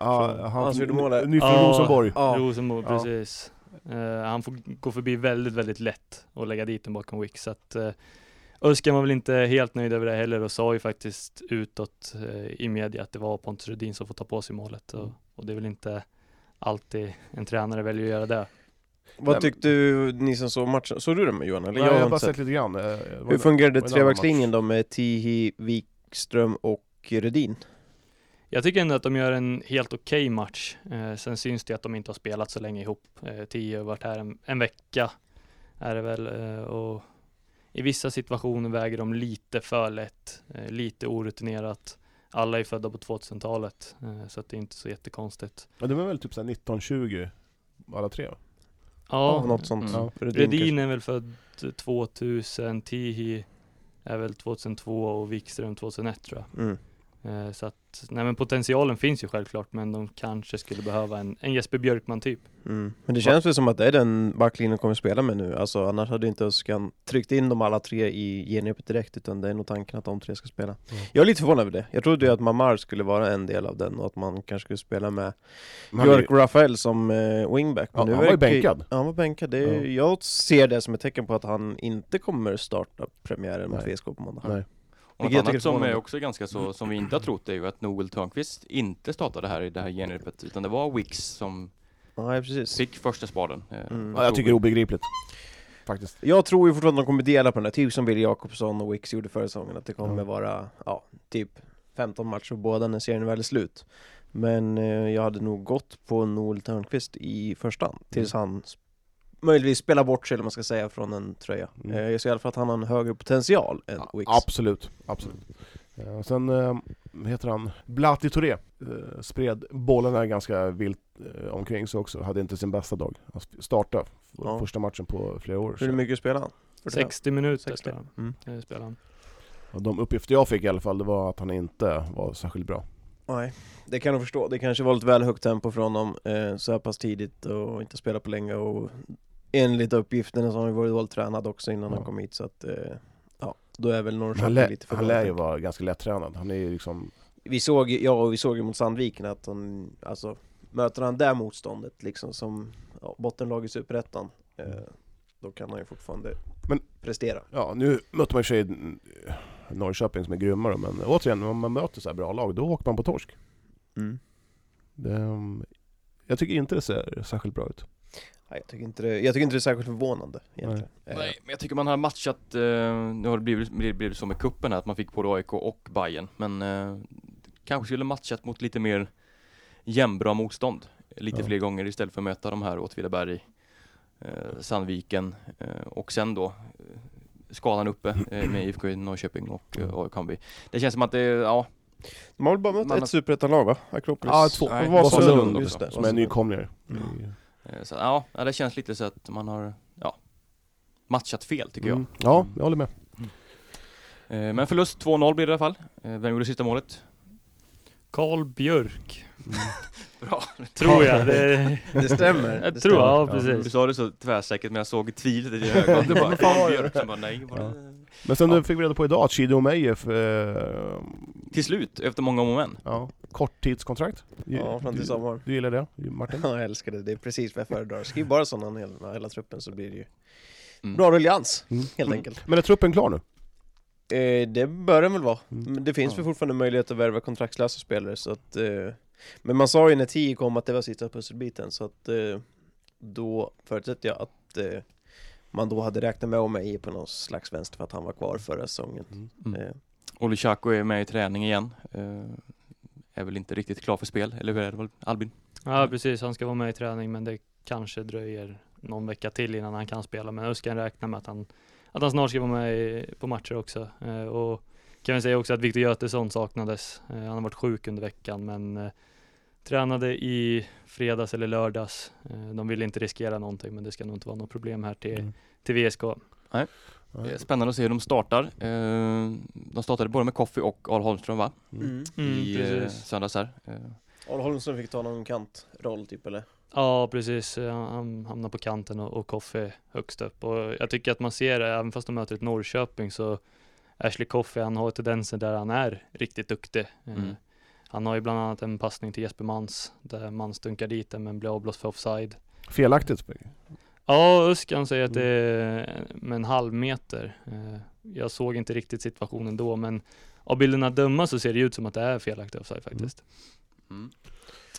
Ja, Han som gjorde målet. Ny från Ja. Rosenborg. Ja, Rosenborg, Ja. precis. Eh, han får gå förbi väldigt, väldigt lätt och lägga dit den bakom Wick. Så att eh, Özcan var väl inte helt nöjd över det heller och sa ju faktiskt utåt eh, i media att det var Pontus Rudin som får ta på sig målet. Och, och det är väl inte alltid en tränare väljer att göra det. Mm. vad tyckte du, ni som såg matchen? Såg du den med Johan? Eller Nej, jag jag har har bara inte sett. sett lite grann. eh, Hur fungerade var en trebackslinjen då med Tihi, Wikström och Rudin? Jag tycker ändå att de gör en helt okej match. Eh, sen syns det att de inte har spelat så länge ihop. Eh, tio har varit här en, en vecka är det väl. Eh, och I vissa situationer väger de lite för lätt, eh, lite orutinerat. Alla är födda på 2000-talet, eh, så att det är inte så jättekonstigt. Ja, det var väl typ såhär 19-20, alla tre? Ja, Något sånt. Mm. kanske. Redin är väl född 2000, Tihi är väl 2002 och Wikström 2001 tror jag. Mm. Eh, Så att, nej men potentialen finns ju självklart, men de kanske skulle behöva en, en Jesper Björkman typ. Mm. Men det känns väl som att det är den backlinjen kommer spela med nu, alltså annars hade inte Öskan tryckt in dem alla tre i genrepet direkt utan det är nog tanken att de tre ska spela. Mm. Jag är lite förvånad över det, jag trodde ju att Mamar skulle vara en del av den och att man kanske skulle spela med Björk Rafael som eh, wingback. Ja, han var ju verkar bänkad. Han var bänkad, det är, jag ser det som ett tecken på att han inte kommer starta premiären mot Nej. VSK på måndag. Nej. Och Vilket jag något tycker är annat som är förvånande. också ganska så, som vi inte har trott är ju att Noel Törnqvist inte startade här i det här genrepet, utan det var Wicks som Nej precis. fick första spaden. Eh, Mm. Ja, jag tycker det är obegripligt. Faktiskt. Jag tror ju fortfarande att de kommer dela på den här, typ som Billy Jakobsson och Wicks gjorde förra säsongen, att det kommer Ja. vara, ja, typ 15 matcher på båda när serien väl är slut. Men eh, jag hade nog gått på Noel Törnqvist i första hand, tills Mm. han s- möjligtvis spelar bort sig, eller vad man ska säga, från en tröja. Mm. Eh, jag ser i alla fall att han har en högre potential än Wicks. Absolut, absolut. Eh, och sen eh, heter han Blati Touré. Eh, spred bollen här ganska vilt eh, omkring sig också, hade inte sin bästa dag. Han sp- startade f- Ja. första matchen på flera år. Hur så- mycket spelar han? 60 minuter 60. tror jag. Mm. Nu spelar han. Och de uppgifter jag fick i alla fall, det var att han inte var särskilt bra. Nej, det kan jag förstå. Det kanske var lite väl högt tempo från dem eh, så här pass tidigt och inte spelat på länge och enligt uppgifterna så har han ju varit dåligt tränad också innan Ja. han kom hit så att eh, ja, då är väl Han, Norrköping lä, lite för han bra. lär ju vara ganska lättränad. Han är ju liksom... Vi såg, ju- ja och vi såg ju mot Sandviken att han, alltså möter han det motståndet liksom som ja, bottenlag i Superettan eh, då kan han ju fortfarande Men- prestera. Ja, nu möter man i och för sig mm, Norrköping som är grymma då, men återigen, om man möter så här bra lag, då åker man på torsk. Det, mm, jag tycker inte det ser särskilt bra ut. Nej, jag, tycker inte det, jag tycker inte det är särskilt förvånande egentligen. Eh, Nej, men jag tycker man har matchat, eh, nu har det blivit, blivit, blivit så med kuppen här, att man fick både AIK och Bayern men eh, kanske skulle matchat mot lite mer jämnbra motstånd lite Ja. fler gånger istället för att möta de här Åtvidaberg, eh, Sandviken eh, och sen då eh, skalan uppe eh, med IFK Norrköping och eh, AIK Hammarby. Det känns som att det, ja, Man har väl bara mött Man- ett superettanlag va? Akropolis? Ja, två. Nej, Vasalund Vasalund, också, just det. Som är nykomlingar. Mm. eh, så, ja, ja, det känns lite så att man har, ja, matchat fel tycker jag. Mm. Ja, jag håller med. Eh, men förlust 2-0 blir det i alla fall. Eh, vem gjorde sista målet? Karl Björk. Bra. Tror jag. Det, Det stämmer. jag tror, ja Du precis. sa det så tvärsäkert men jag såg tvivlet i dina ögon. Det bara, fan, Björk som bara nej. Var det... Men sen Ja. fick vi reda på idag att Shido Omejeff, eh, Till slut, efter många om och men. ja, korttidskontrakt. Ja, fram till du, sommaren. du gillar det, Martin? Ja, jag älskar det. Det är precis vad jag föredrar. Skriv bara sådana hela, hela truppen så blir det ju Mm. bra ruljans, Mm. helt Mm. enkelt. Men är truppen klar nu? Eh, det bör den väl vara. Mm. Men Det finns Ja. väl fortfarande möjlighet att värva kontraktslösa spelare så att... Eh, men man sa ju när 10 kom att det var sista pusselbiten så att eh, då förutsätter jag att eh, man då hade räknat med mig på någon slags vänster för att han var kvar förra säsongen. Mm. Eh, Olle Chaco är med i träning igen. Eh, är väl inte riktigt klar för spel, eller hur är det väl Albin? Ja precis, han ska vara med i träning men det kanske dröjer någon vecka till innan han kan spela. Men Öskan räknar med att han, att han snart ska vara med i, på matcher också. Eh, och kan vi säga också att Viktor Götesson saknades. Eh, han har varit sjuk under veckan men eh, tränade i fredags eller lördags. Eh, de vill inte riskera någonting men det ska nog inte vara något problem här till, Mm. till VSK. Eh, spännande att se hur de startar. Eh, de startade både med Koffi och Arl Holmström va? Mm. I eh, söndags här. Eh, Arl Holmström fick ta någon kantroll typ eller? Ja, precis. Eh, Han hamnar på kanten och, och Koffe högst upp. Och jag tycker att man ser det, även fast de möter ett Norrköping, så Ashley Koffe, han har tendenser där han är riktigt duktig. Eh, Mm. Han har ju bland annat en passning till Jesper Mans, där Mans dunkar dit den men blir avblåst för offside. Felaktigt. Ja, Öskan säger att det är eh, med en halv meter. Eh, Jag såg inte riktigt situationen då, men av bilden att döma så ser det ut som att det är felaktig offside faktiskt. mm.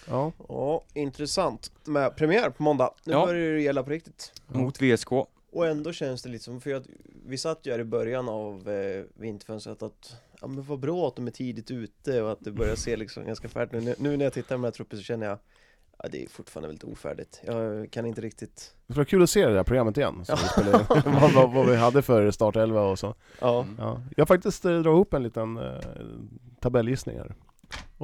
Ja. Ja, intressant. Med premiär på måndag. Nu Ja. börjar det gälla på riktigt. Mot VSK. Och ändå känns det lite som, för jag, vi satt ju här i början av eh, vinterfönstret att Ja men vad bra att de är tidigt ute och att det börjar se liksom ganska färdigt nu. nu Nu när jag tittar på den här truppen så känner jag Ja det är fortfarande väldigt ofärdigt, jag kan inte riktigt Det skulle vara kul att se det där programmet igen, så vi spelade, vad, vad, vad vi hade för startelva och så. Ja, Mm. Ja. Jag har faktiskt eh, dragit ihop en liten eh, tabellgissning här.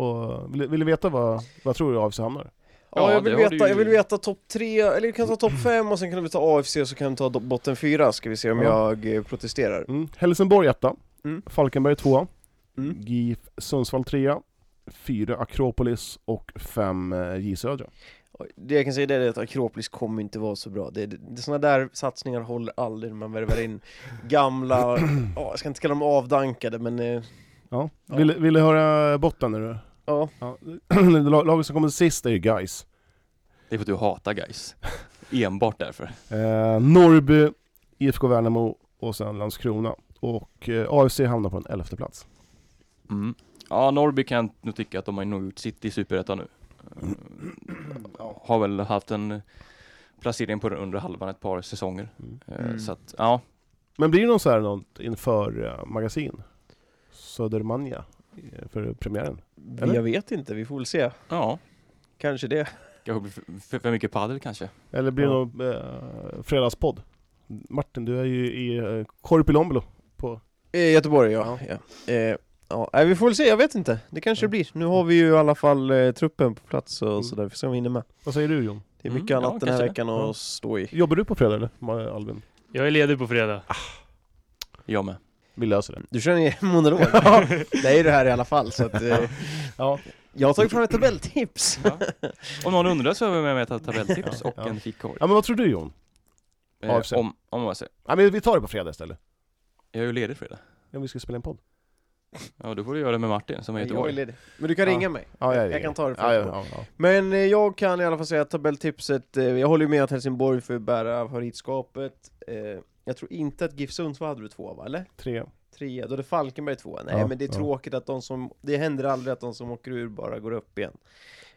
Och vill, vill du veta vad, vad tror du AFC hamnar? ja Ja, jag, vill det har du veta, ju- jag vill veta topp tre, eller vi kan ta topp fem och sen kan vi ta AFC och så kan vi ta do- botten fyra ska vi se om Ja. jag eh, protesterar Mm. Helsingborg etta, Mm. Falkenberg tvåa, Mm. GIF Sundsvall trea, fyra Akropolis och fem eh, J Södra. Oj, Det jag kan säga det är att Akropolis kommer inte vara så bra. Det, det, det, sådana där satsningar håller aldrig när man värvar in gamla, ja, jag ska inte kalla dem avdankade men eh, Ja. Vill, vill du höra botten nu? ja. Ja. Lag- Laget som kommer sist är ju Gais. Det är för att du hatar guys. Enbart därför. Eh, Norrby, IFK Värnamo och sen Landskrona. Och eh, AFC hamnar på en elfte plats. Mm. Ja, Norrby kan nu tycka att de har nog gjort sitt i Superettan nu. Eh, Mm. Har väl haft en placering på den undre halvan ett par säsonger. Mm. Eh, Mm. Så att, ja. Men blir det någon så här något inför eh, magasin? Södermanja eh, för premiären? Eller? Jag vet inte, vi får väl se. ja. Kanske det. Kanske blir för- för, för mycket padel kanske. Eller blir det Ja. någon eh, fredagspodd? Martin, du är ju i eh, Korpilombolo på... Eh, Göteborg ja. ja. Eh, Ja, nej, vi får väl se, jag vet inte. Det kanske det blir. Nu har vi ju i alla fall eh, truppen på plats och sådär, vi får se om vi hinner med. Vad säger du Jon? Det är Mm, mycket ja, annat den här kanske det. veckan Ja. att stå i. Jobbar du på fredag eller? Ma- Albin? Jag är ledig på fredag. Jag med. Vi löser det. Du kör en egen monolog. det är ju det här i alla fall, så att... Eh, Ja. Jag har tagit fram ett tabelltips. Om någon undrar så har vi med mig ett tabelltips och Ja. en fikkorg. Ja men vad tror du Jon? Eh, AFC. om, om vad jag säger. Ja, men vi tar det på fredag istället. Jag är ju ledig fredag. Ja, vi ska spela en podd. Ja, då får du göra det med Martin som är i Jag är Göteborg. ledig. Men du kan Ja. ringa mig. Ja, Jag kan ta det ja, från ja, ja, ja. Men eh, jag kan i alla fall säga att tabelltipset, eh, jag håller ju med att Helsingborg får bära favoritskapet. Eh, jag tror inte att GIF Sundsvall hade du två va, eller? Tre. Tre, då är det Falkenberg två. Nej Ja, men det är ja. tråkigt att de som, det händer aldrig att de som åker ur bara går upp igen.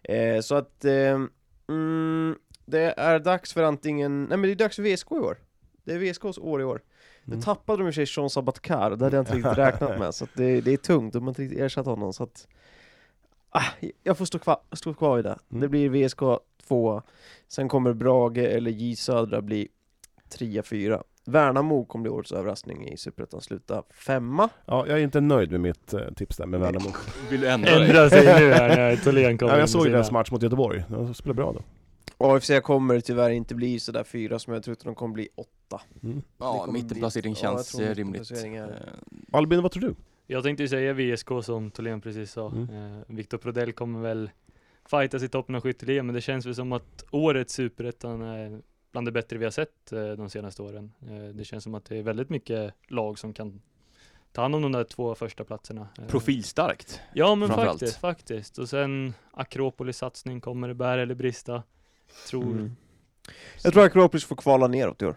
Eh, så att, eh, mm, det är dags för antingen, nej men det är dags för VSK i år. Det är VSKs år i år. Nu Mm. tappade de i och för sig Sean Sabatkar, det hade jag inte riktigt räknat med, så att det, det är tungt, de har inte riktigt ersatt honom så att ah, Jag får stå kvar, stå kvar vid det. Mm. Det blir VSK 2 Sen kommer Brage eller J Södra bli 3-4 Värnamo kommer bli årets överraskning i Superettan, sluta femma Ja, jag är inte nöjd med mitt eh, tips där med Värnamo. Vill du ändra dig? Ändra sig nu här när Tholén kommer Ja, in jag med såg ju sina- deras match mot Göteborg, de spelade bra då. AFC kommer tyvärr inte bli sådär fyra som jag trodde de kommer bli åtta Mm. Det Ja, kommer mittenplacering dit. Ja, jag känns tror eh, rimligt. mittenplacering är- Eh, Albin, vad tror du? Jag tänkte ju säga VSK som Tholén precis sa. Mm. Eh, Viktor Prodell kommer väl fightas i toppen av skytteligan, men det känns väl som att årets superettan är bland det bättre vi har sett eh, de senaste åren. Eh, det känns som att det är väldigt mycket lag som kan ta hand om de där två första platserna. Eh, Profilstarkt. Ja men framförallt. faktiskt, faktiskt. Och sen Akropolis satsning, kommer det bära eller brista? Tror Mm. Mm. Jag tror Akropolis får kvala neråt i år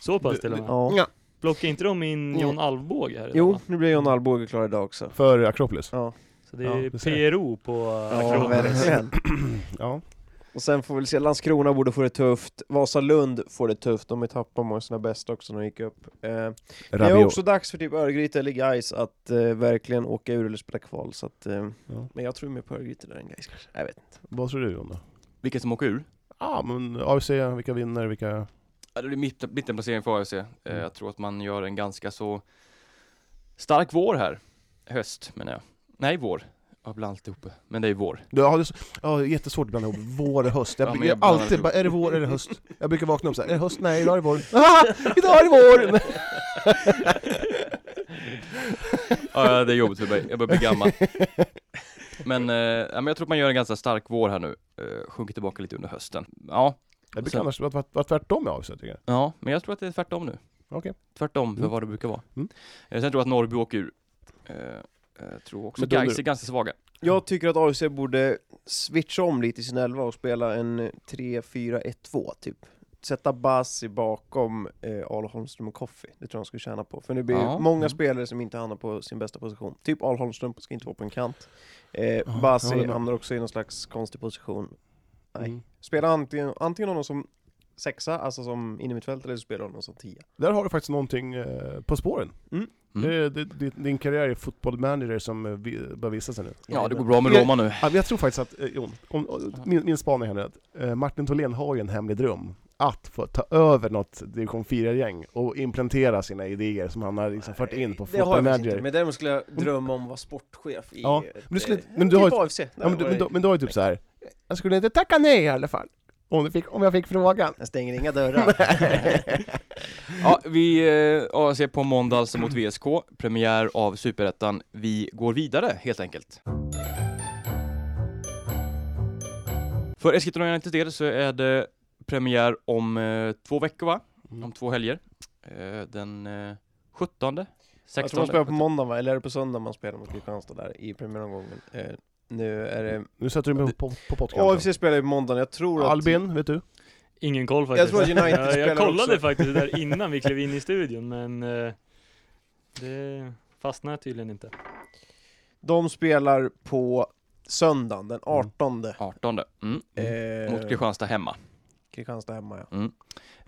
så pass till och med. ja. Plockar inte de in John Alvbåge här Jo, idag? nu blir John Alvbåge klar idag också För Akropolis? Så det Ja, är det ser jag. PRO på eh, Ja, Akropolis. verkligen. Ja. Och sen får vi se, Landskrona borde få det tufft Vasalund får det tufft, de har tappat många av sina bästa också när de gick upp eh, Det är Rabiot. också dags för typ Örgryte eller Gais att eh, verkligen åka ur eller spela kval så att, eh, Ja. Men jag tror mer på Örgryte där än Gais kanske, jag vet inte Vad tror du Jon då? Vilka som åker ur? Ja men AFC, vilka vinner, vilka... Ja, det blir mitten, mittenplacering för AFC. Eh, Mm. Jag tror att man gör en ganska så stark vår här. Höst menar jag. Nej, vår. Jag bland alltihope. Men det är vår. Du, ja, det är så... ja, jättesvårt att blanda ihop vår och höst. Jag Ja, men brukar jag blandar alltid ihop. bara, är det vår, är det höst? Jag brukar vakna upp såhär, är det höst? Nej, idag är det vår. Ah, idag är det vår! Ja, det är jobbigt för mig. Jag börjar bli gammal. Men, eh, ja, men jag tror att man gör en ganska stark vår här nu. Eh, sjunker tillbaka lite under hösten. Ja, Det brukar Så. annars vara vara tvärtom med AFC tycker jag. ja men jag tror att det är tvärtom nu. Okej. Tvärtom för Mm. vad det brukar vara. Mm. Eh, sen tror jag att Norrby åker ur. Eh, jag tror också Men då Gais nu- är ganska svaga. Jag tycker att AFC borde switcha om lite i sin elva och spela en eh, 3-4-1-2 typ Sätta Basi bakom eh, Al Holmström och Koffi, det tror jag de skulle tjäna på För det blir Ja. många Mm. spelare som inte hamnar på sin bästa position Typ Al Holmström ska inte vara på en kant eh, jag Basi håller med. hamnar också i någon slags konstig position Nej. Mm. Spela antingen, antingen honom som sexa, alltså som innermittfält, eller så spelar honom som tia Där har du faktiskt någonting eh, på spåren. Mm. Mm. Det, är- det, det, din karriär i fotbollmanager som eh, vi, börjar visa sig nu. Ja, det går bra med Roma nu. Mm. Ja, men jag tror faktiskt att, eh, Jon, om, om, min, min spaning här nu, är att eh, Martin Tholén har ju en hemlig dröm att få ta över något division 4-gäng och implementera sina idéer som han har liksom fört in på Det har Football jag faktiskt Manager. Mm. inte, men däremot skulle jag drömma om att vara sportchef i Ja, ett, men du skulle- eh, men du har typ ju- AFC Ja, men, du, men, då- men då är det typ så här. jag skulle inte tacka nej i alla fall, om, du fick, om jag fick frågan. Jag stänger inga dörrar Ja, vi eh, AFC på måndag alltså mot VSK, premiär av Superettan. Vi går vidare helt enkelt. För Eskilstuna United så är det premiär om eh, två veckor va? Mm. Om två helger. Eh, den eh, 17, Jag 16. tror Alltså, man spelar på måndag va, eller är det på söndag man spelar mot Kristianstad där i premiäromgången? Eh, nu är det... Eh, Nu sätter du mig på, på podcasten. AFC spelar ju på måndagen, jag tror att... Albin, vet du? Ingen koll faktiskt. tror att United jag, spelar jag kollade också. faktiskt det där innan vi klev in i studion, men eh, det fastnade tydligen inte. De spelar på söndagen, den 18 18. Mm. eh, Mot Kristianstad hemma. Kristianstad hemma ja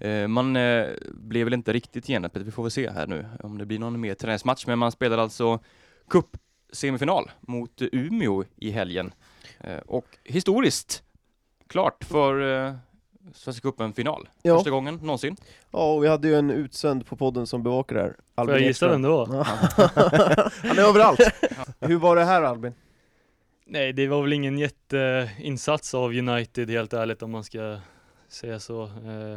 Eh, man eh, blev väl inte riktigt genrepet, vi får väl se här nu om det blir någon mer träningsmatch, men man spelar alltså cup-semifinal mot eh, Umeå i helgen. Eh, och historiskt klart för eh, Svenska cupen-final. Ja. Första gången någonsin. Ja, och vi hade ju en utsänd på podden som bevakar det här. Får jag gissa vem det var? Han är överallt. Hur var det här Albin? Nej, det var väl ingen jätteinsats av United helt ärligt om man ska säga så. Eh,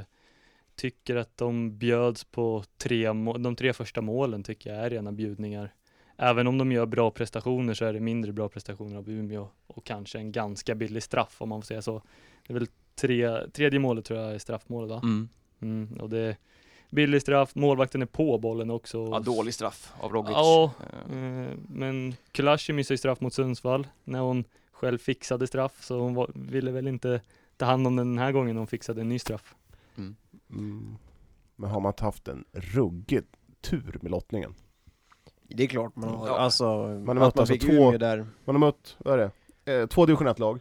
tycker att de bjöds på tre må- de tre första målen tycker jag är rena bjudningar. Även om de gör bra prestationer så är det mindre bra prestationer av Umeå och kanske en ganska billig straff om man får säga så. Det är väl tre, tredje målet tror jag är straffmålet va? Mm. Mm, och det är billig straff, målvakten är på bollen också. och Ja, dålig straff av Rogic. Ja, Eh, Eh, Men Kulashi missade ju straff mot Sundsvall när hon själv fixade straff, så hon var, ville väl inte ta hand om den den här gången hon fixade en ny straff. Mm. Men har man inte haft en ruggig tur med lottningen? Det är klart man har. Ja. Alltså, man mött att man alltså fick två- Umeå där. Man har mött, vad är det, eh, två division 1-lag.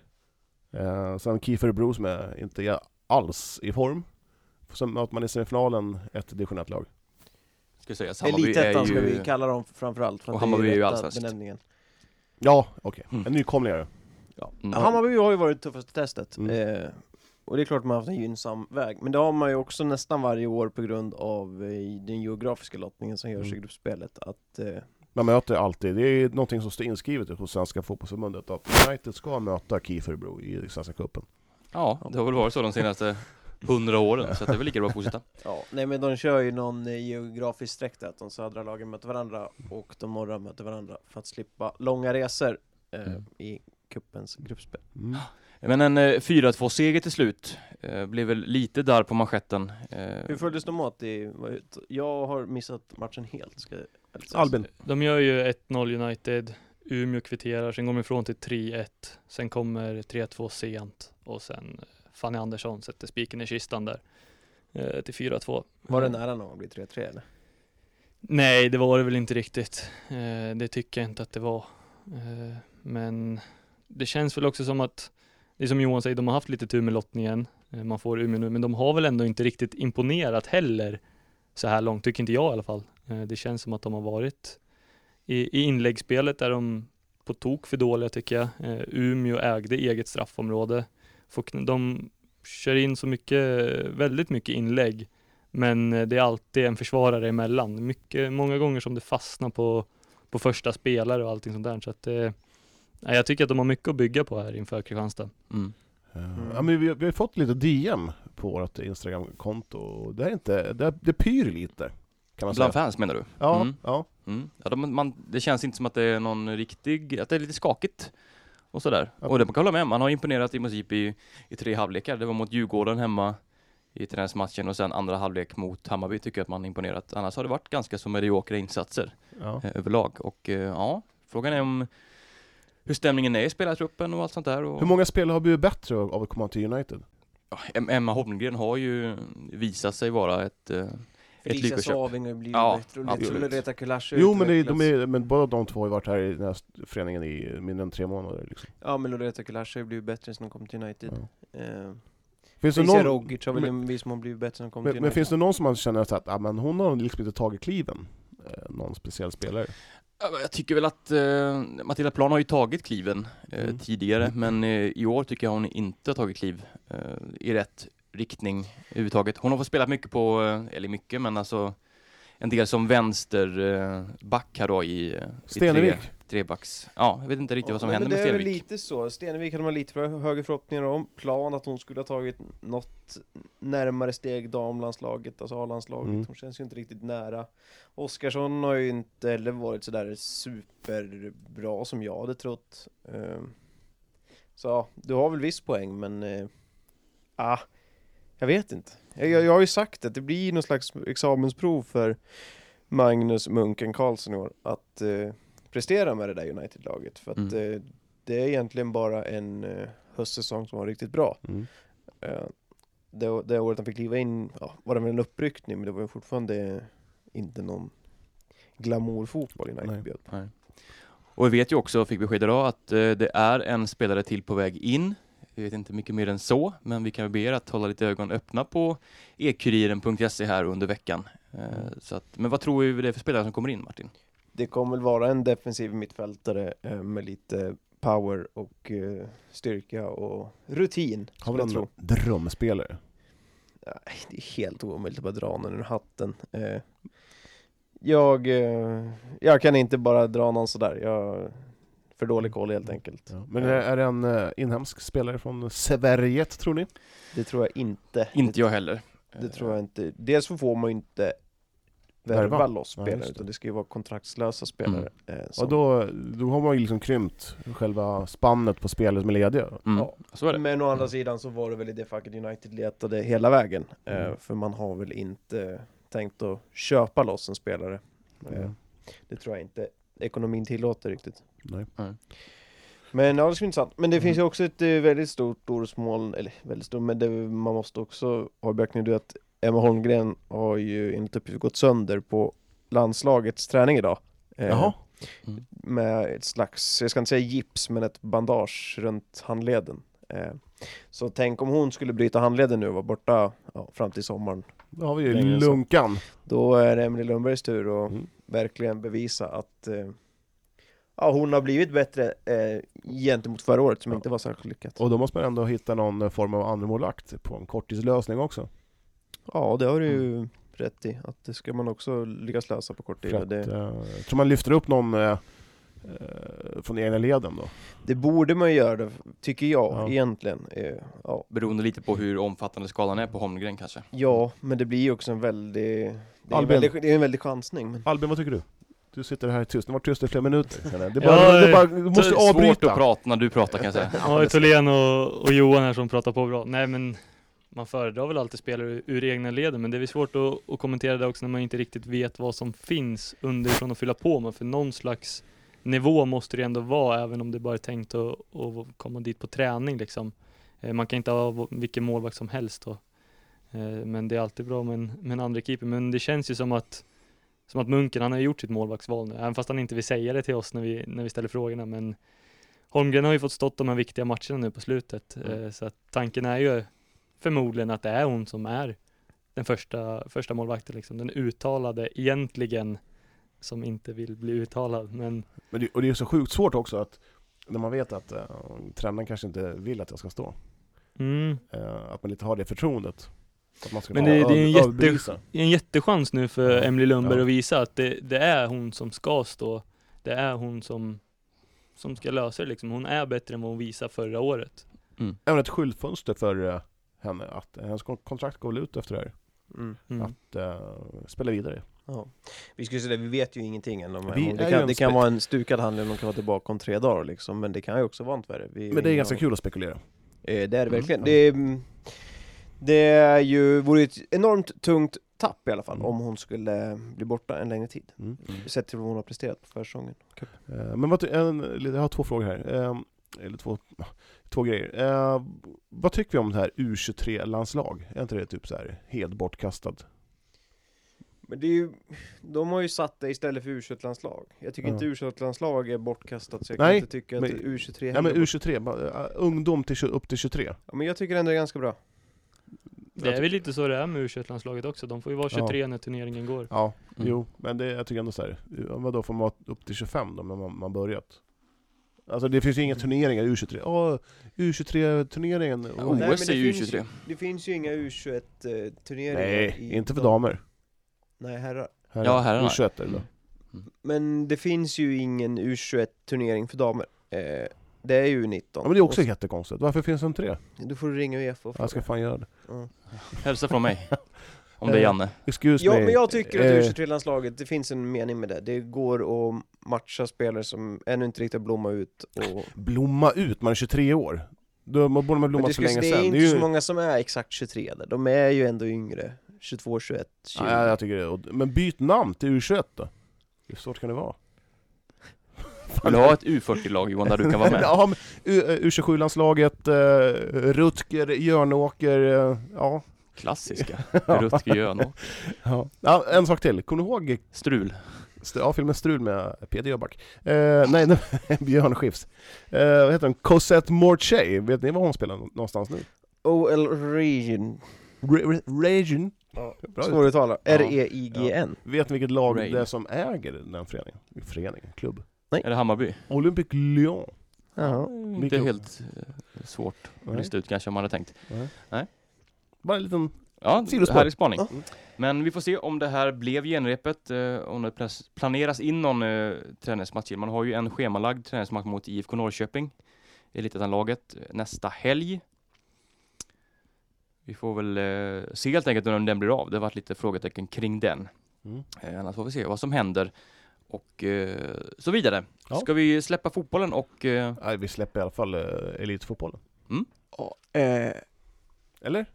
Eh, sen KIF Örebro som är inte är alls i form. Sen möter man i semifinalen ett division 1-lag. ska jag säga, Hammarby är Elitettan ska vi ju... kalla dem framförallt. För Och att det Hammarby är ju rätta allsvenskt. benämningen. Ja, okej. Mm. En nykomlingare. Ja, mm. Ja, Hammarby har ju varit tuffaste testet. Mm. Eh, och det är klart man har haft en gynnsam väg. Men det har man ju också nästan varje år på grund av eh, den geografiska lottningen som görs i Mm. gruppspelet. Att, eh, Man möter alltid, det är någonting som står inskrivet hos Svenska Fotbollförbundet att United ska möta KIF Örebro i Svenska Cupen. Ja, det har väl varit så de senaste hundra åren, så att det är väl lika bra att fortsätta. ja, nej men de kör ju någon eh, geografisk sträck där, att de södra lagen möter varandra och de norra möter varandra för att slippa långa resor eh, Mm. i cupens gruppspel. Mm. Men en eh, 4-2-seger till slut. Eh, blev väl lite där på manschetten. Eh, Hur följdes de åt? Det var ju ett- Jag har missat matchen helt. Ska jag ärligt säga. Albin, De gör ju 1-0 United, Umeå kvitterar, sen går de ifrån till 3-1, sen kommer 3-2 sent och sen eh, Fanny Andersson sätter spiken i kistan där eh, till 4-2. Var det nära någon gång att bli 3-3 eller? Nej, det var det väl inte riktigt. Eh, det tycker jag inte att det var. Eh, men det känns väl också som att, det är som Johan säger, de har haft lite tur med lottningen. Eh, man får Umeå nu, men de har väl ändå inte riktigt imponerat heller så här långt, tycker inte jag i alla fall. Eh, det känns som att de har varit i, i inläggsspelet är de på tok för dåliga tycker jag. Eh, Umeå ägde eget straffområde. Får kn- De kör in så mycket, väldigt mycket inlägg men eh, det är alltid en försvarare emellan. Mycket, många gånger som det fastnar på, på första spelare och allting sånt där. Så att det, nej, jag tycker att de har mycket att bygga på här inför Kristianstad. mm. Eh, ja, men vi, vi har ju fått lite DM på vårt Instagram-konto och det, är inte, det, det pyr lite. Kan man Bland säga. fans menar du? Ja, Mm. ja. Mm. Ja, de, man, det känns inte som att det är någon riktig, att det är lite skakigt. Och sådär. Ja. Och det man kan hålla med, man har imponerat i princip i, i tre halvlekar. Det var mot Djurgården hemma i träningsmatchen och sen andra halvlek mot Hammarby tycker jag att man har imponerat. Annars har det varit ganska så mediokra insatser. Ja. eh, överlag. Och eh, ja, frågan är om hur stämningen är i spelartruppen och allt sånt där. Och, Hur många spelare har blivit bättre av av att komma till United? Ja, Em- Emma Holmgren har ju visat sig vara ett, eh, ett Felicia lyckoköp. Saving har ju blivit Ja, bättre absolut. och Loreta Kulaschi har Jo men, det, är- utvecklats. de är, men båda de två har ju varit här i den här föreningen i mindre än tre månader. Liksom. Ja men Loreta Kulaschi har ju blivit bättre sen hon kom till United. Eh, Finns, det Felicia någon, Rogic har väl i men- en viss mån blivit bättre sen hon kom till men, men United. finns det någon som man känner att ah, men hon har liksom inte tagit kliven? Eh, Någon speciell spelare? Ja, men Jag tycker väl att eh, Matilda Plan har ju tagit kliven eh, Mm. tidigare, men eh, i år tycker jag hon inte har tagit kliv eh, i rätt riktning överhuvudtaget. Hon har fått spela mycket på, eh, eller mycket, men alltså en del som vänsterback eh, back här då i, eh, i tre, Stenevik? trebacks... Ja, jag vet inte riktigt vad som Ja, händer men med det är väl Stenevik. lite så. Stenevik hade man lite för höga förhoppningar om. Plan att hon skulle ha tagit något närmare steg damlandslaget, alltså A-landslaget. Mm. Hon känns ju inte riktigt nära. Oskarsson har ju inte heller varit sådär superbra som jag hade trott. Ehm, Så ja, du har väl viss poäng men... eh, Ah, jag vet inte. Jag, jag, jag har ju sagt att det blir någon slags examensprov för Magnus Munken Karlsson i år att eh, prestera med det där United-laget. För att Mm. eh, det är egentligen bara en eh, höstsäsong som var riktigt bra. Mm. Eh, det, det året han fick kliva in ja, var det väl en uppryckning men det var ju fortfarande inte någon glamourfotboll United Nej. bjöd. Nej. Och vi vet ju också, fick besked idag, att eh, det är en spelare till på väg in. Vi vet inte mycket mer än så, men vi kan väl be er att hålla lite ögon öppna på ekuriren.se här under veckan. Eh, så att, men vad tror vi det är för spelare som kommer in, Martin? Det kommer väl vara en defensiv mittfältare eh, med lite power och eh, styrka och rutin. Har skulle vi jag någon tro. drömspelare? Nej, det är helt omöjligt att bara dra någon ur hatten. Eh, jag, eh, jag kan inte bara dra någon sådär, jag för dålig koll helt enkelt. Ja. Men är, är det en eh, inhemsk spelare från Sverige, tror ni? Det tror jag inte. Inte jag heller. Det tror jag inte. Dels så får man ju inte Värva. värva loss Ja, spelare, just det. Mm. utan det ska ju vara kontraktslösa spelare. eh, som- Ja, då, då har man ju liksom krympt själva spannet på spelare som är lediga. Mm. Ja. Så är det. Men å Mm. andra sidan så var det väl i det facket United letade hela vägen. eh, Mm. För man har väl inte tänkt att köpa loss en spelare. Eh, Mm. Det tror jag inte ekonomin tillåter riktigt. Nej. Nej. Men ja, det skulle intressant. Men det finns ju också ett eh, väldigt stort orosmoln, eller väldigt stort, men det, man måste också ha i beaktning det att Emma Holmgren har ju enligt uppgift gått sönder på landslagets träning idag. Eh, Jaha. med ett slags, jag ska inte säga gips, men ett bandage runt handleden. Eh, så tänk om hon skulle bryta handleden nu och vara borta ja, fram till sommaren. Då har vi ju Längre än så. Lunkan. Då är det Emelie Lundbergs tur att Mm. verkligen bevisa att eh, ja, hon har blivit bättre eh, gentemot förra året som Ja. inte var särskilt lyckat. Och då måste man ändå hitta någon eh, form av andremålvakt på en korttidslösning också. Ja, det har du ju rätt i, att det ska man också lyckas lösa på kort tid. För och att, Det, eh, jag tror man lyfter upp någon eh, eh, från egna leden då. det borde man ju göra, tycker jag Ja. egentligen. Eh, ja. Beroende lite på hur omfattande skalan är på Holmgren kanske. ja, men det blir ju också en väldig, det är en Albin. väldig, det är en väldig chansning. Men... Albin, vad tycker du? Du sitter här tyst, du har varit tyst i flera minuter. känner jag. Det är Ja, bara, det är bara, du Det måste är svårt att avbryta. prata när du pratar kan jag säga. Ja, Tholén och, och Johan här som pratar på bra. Nej men man föredrar väl alltid spelare ur- ur egna leden, men det är väl svårt att, att kommentera det också när man inte riktigt vet vad som finns underifrån att fylla på med, för någon slags nivå måste det ändå vara, även om det bara är tänkt att, att komma dit på träning liksom. Eh, Man kan inte ha v- vilken målvakt som helst då. Eh, Men det är alltid bra med en, med en andra keeper, men det känns ju som att som att Munken, han har gjort sitt målvaktsval nu, även fast han inte vill säga det till oss när vi, när vi ställer frågorna, men Holmgren har ju fått stått de här viktiga matcherna nu på slutet, Mm. eh, så att tanken är ju förmodligen att det är hon som är den första, första målvakten, liksom. den uttalade egentligen, som inte vill bli uttalad, men Men det, och det är så sjukt svårt också att när man vet att eh, tränaren kanske inte vill att jag ska stå. mm, Eh, att man inte har det förtroendet. Att man ska Men kunna det- det är en ö- jätte- överbevisa. det är en jättechans nu för Emily Lundberg Ja. att visa att det, det är hon som ska stå, det är hon som, som ska lösa det liksom. Hon är bättre än vad hon visade förra året. Även ett skyltfönster för eh, henne, att hennes kon- kontrakt går väl ut efter det här. Mm. Mm. Att eh, spela vidare. Ja. Vi skulle säga det, vi vet ju ingenting än om Vi om är det, ju kan, en det kan spe- vara en stukad handling, de kan vara tillbaka om tre dagar liksom, men det kan ju också vara en tvärre. Vi- Men det är ingen ganska aning. kul att spekulera. Eh, det är det Mm. verkligen. Det, är, mm, det är ju, vore ju ett enormt tungt tapp i alla fall, Mm. om hon skulle bli borta en längre tid. Mm. Sett till vad hon har presterat på försäsongen. Eh, Men vad, ty- en, jag har två frågor här. Eh, Eller två, två grejer. Eh, Vad tycker vi om det här U23-landslag? Är inte det typ så här helt bortkastat? Men det är ju, de har ju satt det istället för U21-landslag. Jag tycker Ja. inte U21-landslag är bortkastat, så jag Nej, kan inte tycka att men- U23 Nej men heller är bort- U23, bara, eh, ungdom till, tju- upp till 23. ja, men jag tycker ändå det är ganska bra. Det är väl lite så det är med U21-landslaget också, de får ju vara 23 när turneringen går. Ja, Mm. jo, men det, jag tycker ändå så här. ja, Vadå, får man vara upp till 25 då, när man, man börjat? Alltså det finns ju inga turneringar i U23. Ja, U23-turneringen. men det OS är ju finns ju- U23. Det finns ju inga U21-turneringar Nej, inte för damer. Nej, herrar. Här, Ja, herrarna. U21 är det då. Mm. Men det finns ju ingen U21-turnering för damer. Eh, det är ju 19. Ja, men det är också jättekonstigt. Varför finns det inte det? Då får du ringa Uefa och Jag ska fråga. fan göra det. Ja. Hälsa från mig. Om det är Janne. Excuse Ja, me. men jag tycker att Eh, U23-landslaget, det finns en mening med det. Det går att matcha spelare som ännu inte riktigt har blommat ut. Och... blomma ut, man är 23 år. Då borde man Men blomma du för ska, se, länge det är sedan. inte Det är så ju... många som är exakt 23 där. De är ju ändå yngre. 22, 21, 20. Nej, jag tycker det. är- Men byt namn till U21 då. Hur svårt kan det vara? Vill du ha ett U40-lag Johan där du kan vara med? ja, men U- eh, U27-landslaget, eh, Rutger, Jörnåker, eh, ja. Klassiska. Rutger Jönå. ja. ja. En sak till, kommer du ihåg Strul. st- ja, filmen Strul med Peder Jöback? Eh, nej, nej Björn Skifs. Eh, vad heter hon? Cosette Morchay, vet ni var hon spelar nå- någonstans nu? OL Region. Re- Re- Region? Ja, Bra Svår att E uttala. Ja. R-E-I-G-N. Vet ni vilket lag Rain. det är som äger den föreningen? Föreningen? Klubb? Är det Hammarby? Olympic Lyon. Ja. Inte helt eh, svårt att Nej. lista ut kanske om man hade tänkt. Bara en liten Ja, Sidospår. härlig spaning. Ja. Men vi får se om det här blev genrepet, eh, om det plas- planeras in någon eh, träningsmatch. Man har ju en schemalagd träningsmatch mot IFK Norrköping, Elitettan-laget, eh, nästa helg. Vi får väl eh, se helt enkelt om den blir av. Det har varit lite frågetecken kring den. Mm. Eh, annars får vi se vad som händer och eh, så vidare. Ja. Ska vi släppa fotbollen och eh, Nej, vi släpper i alla fall eh, elitfotbollen. Eh, Eller?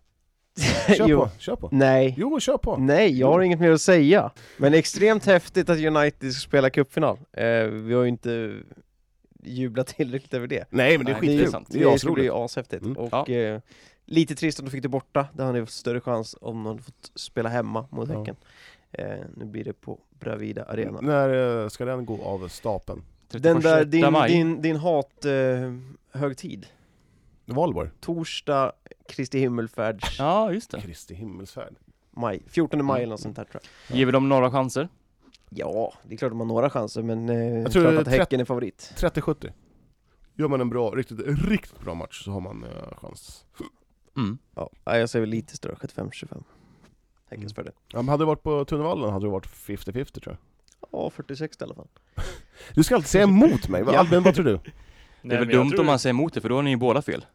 Kör jo. på, kör på. Nej. Jo, kör på. Nej, jag har inget mer att säga. Men extremt häftigt att United ska spela cupfinal. Eh, vi har ju inte jublat tillräckligt över det. Nej, men det är skitkul. Nej, det Det är är, sant. det är skulle bli asroligt. ashäftigt. Mm. Och Ja. eh, lite trist att de fick det borta, där hade ju fått större chans om de hade fått spela hemma mot Ja. Häcken. Eh, nu blir det på Bravida Arena. När eh, ska den gå av stapeln? 31 Den där, din, maj? din, din hat eh, högtid. Valborg? Torsdag, Kristi himmelfärds Ja, just det. Kristi himmelsfärd. maj. 14 Mm. maj eller något sånt där tror jag. Ger vi dem några chanser? Ja, det är klart de har några chanser men eh, Jag tror jag tror det klart är att Häcken är favorit. 30-70. Gör man en bra, riktigt, riktigt bra match så har man eh, chans. Mm. Ja, nej, jag säger väl lite större, 75-25. Häckens Mm. fördel. Ja, men hade det varit på Tunnvallen hade det varit 50-50 tror jag. Ja, 46 i alla fall. Du ska alltid säga emot mig, Vad- Ja. Albin vad tror du? Det är väl dumt om man säger emot det, för då har ni ju båda fel.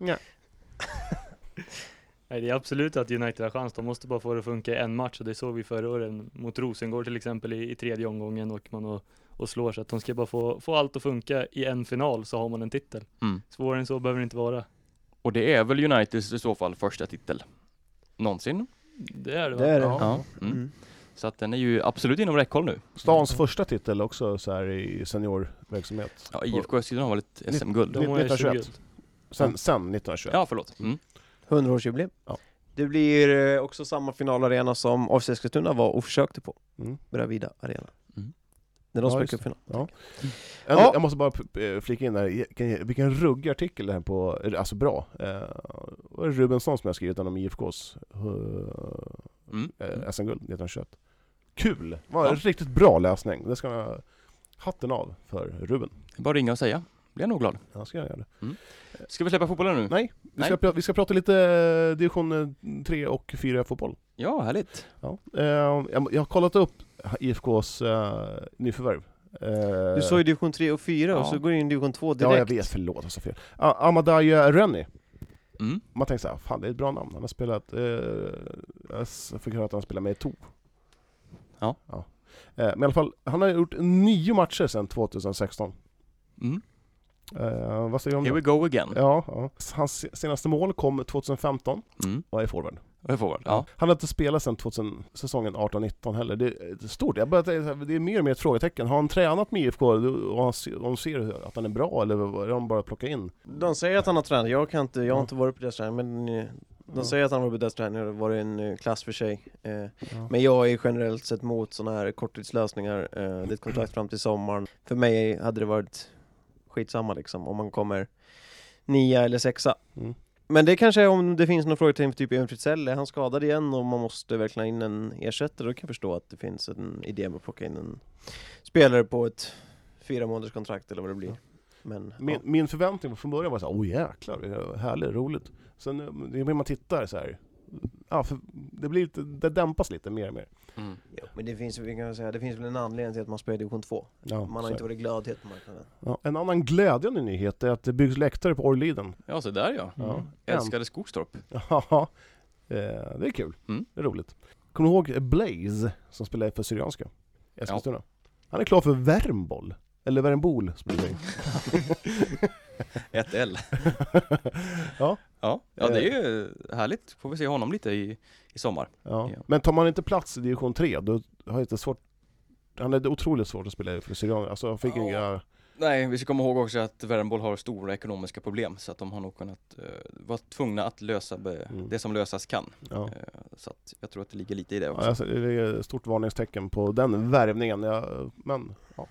Nej, det är absolut att United har chans. De måste bara få det att funka i en match och det såg vi förra året mot Rosengård till exempel i, i tredje omgången och man och, och slår så att de ska bara få, få allt att funka i en final så har man en titel. Mm. Svårare än så behöver det inte vara. Och det är väl Uniteds i så fall första titel någonsin. Det är det, va? Det är det. Ja. Mm. Mm. Så att den är ju absolut inom räckhåll nu. Stans första titel också så här i seniorverksamhet. Ja, IFK Eskilstuna har väl ett SM-guld? De har ju 1921. 21. Sen, sen 1921. Ja, förlåt. Mm. 100-årsjubileum. Ja. Det blir eh, också samma finalarena som AFC Eskilstuna var och försökte på. Mm. Bravida Arena. Mm. När de Ja, spelade just det. cupfinal. Ja. En, Ja. Jag måste bara p- p- flika in där, Vilken- vilken ruggig artikel det här på, alltså bra. Eh, var det Rubensson som jag skrivit om IFKs eh, Mm. SM-guld 1921. Kul! Det var en Ja. riktigt bra läsning. Det ska man ha hatten av för Ruben. Det är Bara ringa och säga. Blir jag nog glad. Han ska göra det. Ska vi släppa fotbollen nu? Nej. Vi ska, Nej. pra- vi ska prata lite eh, division 3 och 4 fotboll. Ja, härligt. Ja. Eh, jag, jag har kollat upp IFKs eh, nyförvärv. Eh, Du sa ju division 3 och 4 och Ja. så går du in i division 2 direkt. Ja, jag vet. Förlåt, jag sa fel. Ah, Amadaya Rennie. Mm. Man tänker såhär, fan det är ett bra namn. Han har spelat... Eh, jag s- fick höra att han spelar med i To. Ja. Eh, men i alla fall, han har gjort nio matcher sedan 2016. Mm. Eh, vad säger du om Here we det? go again. Ja, ja. Hans se- senaste mål kom 2015 Mm. och är forward. Och jag får vara- Ja. Han har inte spelat sedan 2000, säsongen 18-19 heller. Det är stort. Jag bara, tänker så här, det är mer och mer ett frågetecken. Har han tränat med IFK och han se- de ser att han är bra eller vad- är de bara plocka in? De säger att han har tränat, jag, kan inte, jag har Ja. inte varit på deras träning men eh, de säger att han har varit på deras träning och det har varit en eh, klass för sig. Eh, Men jag är generellt sett mot sådana här korttidslösningar, eh, det är ett kontrakt fram till sommaren. För mig hade det varit skitsamma liksom om man kommer nia eller sexa. Mm. Men det kanske är om det finns någon frågetecken för typ Emil Fritzell, är han skadad igen och man måste verkligen ha in en ersättare? Då kan jag förstå att det finns en idé med att plocka in en spelare på ett fyra månaders kontrakt eller vad det blir. Men, Min, min förväntning från början var så här, åh jäklar, det är härligt, roligt. Sen eh, ju mer man tittar så här, ja, för det, blir lite, det dämpas lite mer och mer. Mm. Jo, men det finns, vi kan säga, det finns väl en anledning till att man spelar i division 2. Ja, Man har så här. inte varit glödhet på marknaden. ja. En annan glädjande nyhet är att det byggs läktare på Orrliden. ja, så där ja. Ja. Älskade Skogstorp. Ja, eh, det är kul. Mm. Det är roligt. Kommer du ihåg Blaze som spelar för Syrianska? i Eskilstuna. Han är klar för Värmboll. Eller Värmbol, som det säger. Ett L. Ja. ja. Ja, det är ju härligt. Får vi se honom lite i, i sommar. ja. Ja. Men tar man inte plats i division 3, då har jag inte svårt... Han är otroligt svårt att spela för Syrianska. Alltså, han fick Ja. inga... Nej, vi ska komma ihåg också att Värmboll har stora ekonomiska problem så att de har nog kunnat eh, vara tvungna att lösa be- Mm. det som lösas kan. Ja. Eh, så att jag tror att det ligger lite i det också. Ja, alltså, det är ett stort varningstecken på den värvningen. Ja, men, ja.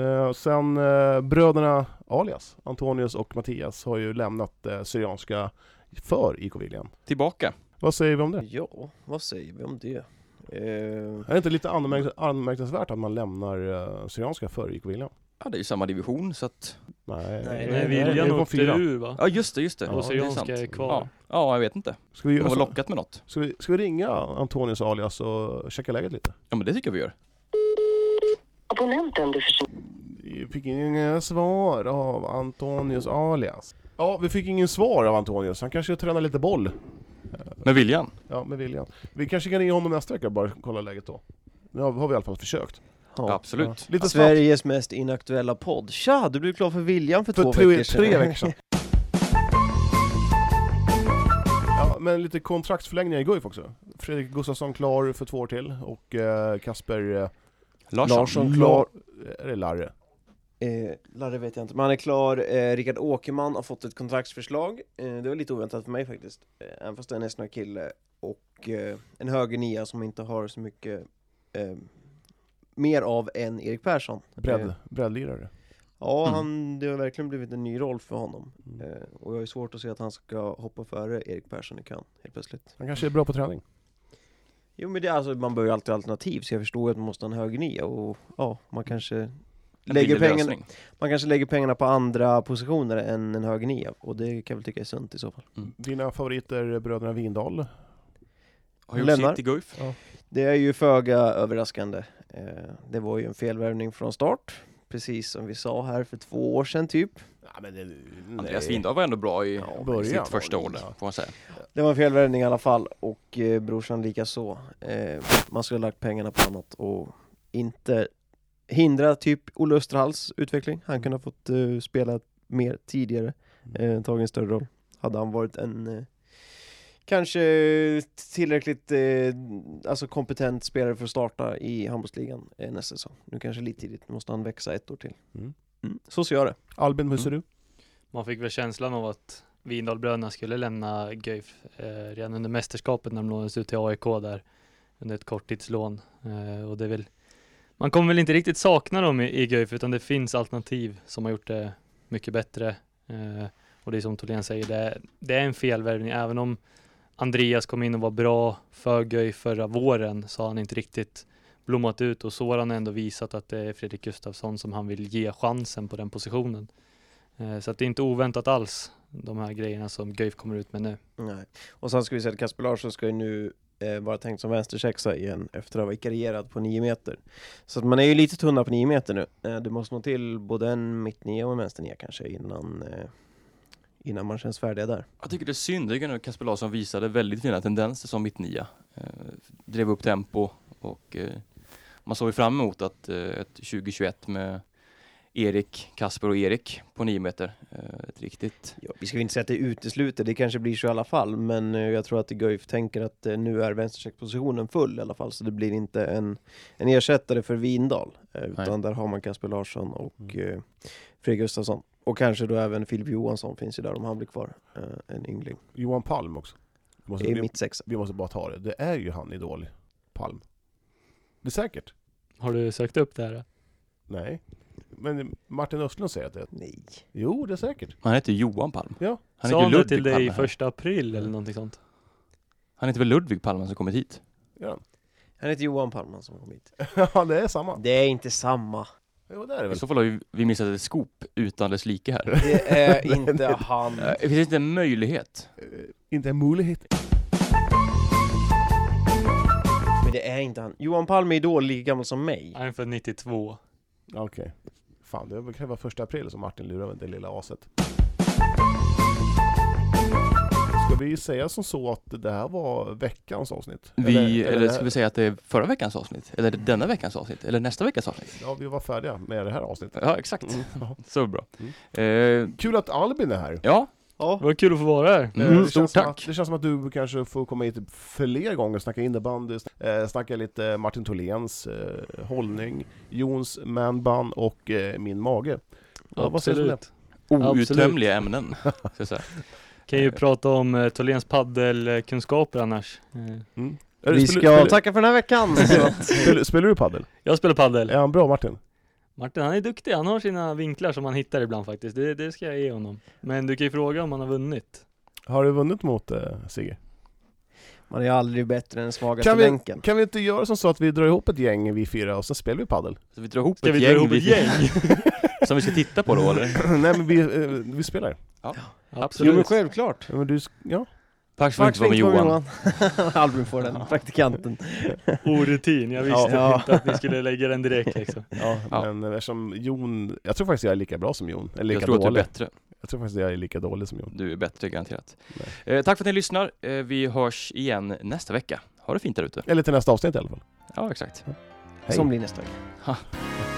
Eh, sen eh, bröderna Alias, Antonius och Mattias, har ju lämnat eh, Syrianska för IK Viljan. Tillbaka. Vad säger vi om det? Ja, vad säger vi om det? Eh, Är det inte lite anmärk- anmärkningsvärt att man lämnar eh, Syrianska för IK Viljan? Ja, det är ju samma division så att Nej, Nej, Nej, det Viljan kom åkte fyra. ur va? Ja just det, just det. Ja, Ja, det Syrianska sant. är kvar. Ja. ja, jag vet inte. Ska vi, De har alltså, lockat med något. ska, vi, ska vi ringa Antonius alias och checka läget lite? Ja men det tycker jag vi gör. Abonnenten du försöker... Vi fick inga svar av Antonius alias. Ja, vi fick ingen svar av Antonius. Han kanske tränar lite boll. Men Viljan? Ja, med viljan. Vi kanske kan ringa honom nästa vecka och bara kolla läget då. Nu har har vi i alla fall försökt. Absolut. Lite snabbt. Sveriges mest inaktuella podd. Tja, du blev klar för Viljan för, För två tre, veckor sedan. tre veckor sedan. Ja, men lite kontraktsförlängningar i GUIF också. Fredrik Gustafsson klar för två år till och eh, Kasper eh, Larsson? Larsson klar. är det Larre? Eh, Larre vet jag inte, men han är klar. Eh, Rickard Åkerman har fått ett kontraktsförslag. Eh, det var lite oväntat för mig faktiskt. Eh, även fast det är en SNA-kille och eh, en höger nia som inte har så mycket eh, mer av än Erik Persson. Bredd, Eh, breddlirare. Ja, Mm. han, det har verkligen blivit en ny roll för honom. Mm. Eh, och jag har ju svårt att se att han ska hoppa före Erik Persson i kön helt plötsligt. Han kanske är bra på träning. Jo men det är alltså, man behöver ju alltid alternativ så jag förstår ju att man måste ha en höger nia och ja, man kanske En lägger, billig pengarna, lösning. man kanske lägger pengarna på andra positioner än en höger nia och det kan jag väl tycka är sunt i så fall. Mm. Dina favoriter, eh, bröderna Windahl. Har gjort Lennart. sitt i Guif. Det är ju föga överraskande. Eh, det var ju en felvärvning från start, precis som vi sa här för två år sedan typ. Ja, men det, Andreas Windahl var ändå bra i början. sitt första år där, Ja. får man säga. Det var en felvärvning i alla fall och eh, brorsan lika så. Eh, man skulle ha lagt pengarna på annat och inte hindra typ Olle Österhalls utveckling. Han kunde ha fått eh, spela mer tidigare, eh, tagit en större roll. Hade han varit en eh, kanske tillräckligt eh, alltså kompetent spelare för att starta i handbollsligan eh, nästa säsong. Nu kanske lite tidigt, nu måste han växa ett år till. Mm. Mm. Så ser jag det. Albin, hur ser Mm. du? Man fick väl känslan av att Vindalbröderna skulle lämna Guif eh, redan under mästerskapet när de lånades ut till AIK där under ett korttidslån. Eh, och det är väl, man kommer väl inte riktigt sakna dem i, i Guif utan det finns alternativ som har gjort det mycket bättre. Eh, och det är som Tholén säger, det är, det är en felvärvning. Även om Andreas kom in och var bra för Guif förra våren så har han inte riktigt blommat ut och Soran har ändå visat att det är Fredrik Gustafsson som han vill ge chansen på den positionen. Eh, Så att det är inte oväntat alls, de här grejerna som Guif kommer ut med nu. Nej. Och sen ska vi säga att Kasper Larsson ska ju nu eh, vara tänkt som vänstersexa igen efter att ha vikarierat på 9 meter. Så att man är ju lite tunna på 9 meter nu. Eh, det måste nå till både en mittnia och en vänsternia kanske innan, eh, innan man känns färdiga där. Jag tycker det är synd, jag tycker nu Kasper Larsson visade väldigt fina tendenser som mittnia. Eh, drev upp tempo och eh, man såg ju fram emot att eh, ett 2021 med Erik, Kasper och Erik på 9 meter. Eh, ett riktigt... Ja, vi ska väl inte säga att det utesluter, det kanske blir så i alla fall, men eh, jag tror att Guif tänker att eh, nu är vänstersexpositionen full i alla fall, så det blir inte en, en ersättare för Vindal eh, utan där har man Kasper Larsson och eh, Fredrik Gustafsson. Och kanske då även Filip Johansson finns ju där om han blir kvar, eh, en yngling. Johan Palm också. Vi måste, Det är vi, mitt sexa. vi måste bara ta det. Det är ju han, Idol. Palm. Det är säkert? Har du sökt upp det här? Nej. Men Martin Östlund säger att det är... Nej. Jo, det är säkert. Han heter Johan Palm. Ja. Han Sa heter han det Ludvig till dig Palme här. första april eller någonting sånt? Han heter väl Ludvig Palme som kommit hit? Ja. Han heter Johan Palman som kom hit. Ja, det är samma. Det är inte samma. Jo, det är det I väl. så fall har vi, vi missat ett skop utan dess like här. Det är inte han. Eh, Det finns inte en möjlighet. Eh, Inte en möjlighet. Men det är inte han. Johan Palme är då lika gammal som mig. Han är född 92. Ja, Okej. Fan, det kan ju vara första april som Martin lurar med det lilla aset. Ska vi säga som så att det här var veckans avsnitt? Vi, eller, det här- ska vi säga att det är förra veckans avsnitt? Eller denna veckans avsnitt? Eller nästa veckas avsnitt? Ja, vi var färdiga med det här avsnittet. Ja, exakt. Så bra. Mm. Eh, Kul att Albin är här. ja, Ja, Det var kul att få vara här. Eh, mm. det, stort känns som tack. att, det känns som att du kanske får komma hit fler gånger och snacka innebandy, eh, snacka lite Martin Tholéns eh, hållning, Jons manbun och eh, min mage. Ja, vad säger du om det? Absolut. Outtömliga ämnen. ska jag säga. Kan ju prata om eh, Tholéns paddelkunskaper annars. Eh, Är det- vi spelar- ska spelar- tacka för den här veckan. Så att, Spelar, spelar du padel? Jag spelar paddel. Är han bra Martin? Martin han är duktig, han har sina vinklar som han hittar ibland faktiskt. Det, det ska jag ge honom. Men du kan ju fråga om han har vunnit. Har du vunnit mot eh, Sigge? Man är aldrig bättre än den svagaste Kan vi, länken. kan vi inte göra som så att vi drar ihop ett gäng, vi fyra, och sen spelar vi paddel? Så vi drar ihop Ska ett vi dra gäng, ihop ett vi- gäng? som vi ska titta på då eller? Nej men vi, eh, vi spelar. Jo men Absolut. självklart. Ja, Men du, sk- ja. Pax får inte vara med Johan. Albin får den, praktikanten. Orutin, jag visste Ja. inte att ni skulle lägga den direkt liksom. Ja, Ja. Men eh, eftersom Jon, jag tror faktiskt jag är lika bra som Jon. Eller lika Jag tror att du är dålig. bättre. jag tror faktiskt jag är lika dålig som Jon. Du är bättre garanterat. Eh, tack för att ni lyssnar. Eh, vi hörs igen nästa vecka. Ha det fint där ute. Eller till nästa avsnitt i alla fall. Ja, exakt. Hej. Som blir nästa vecka.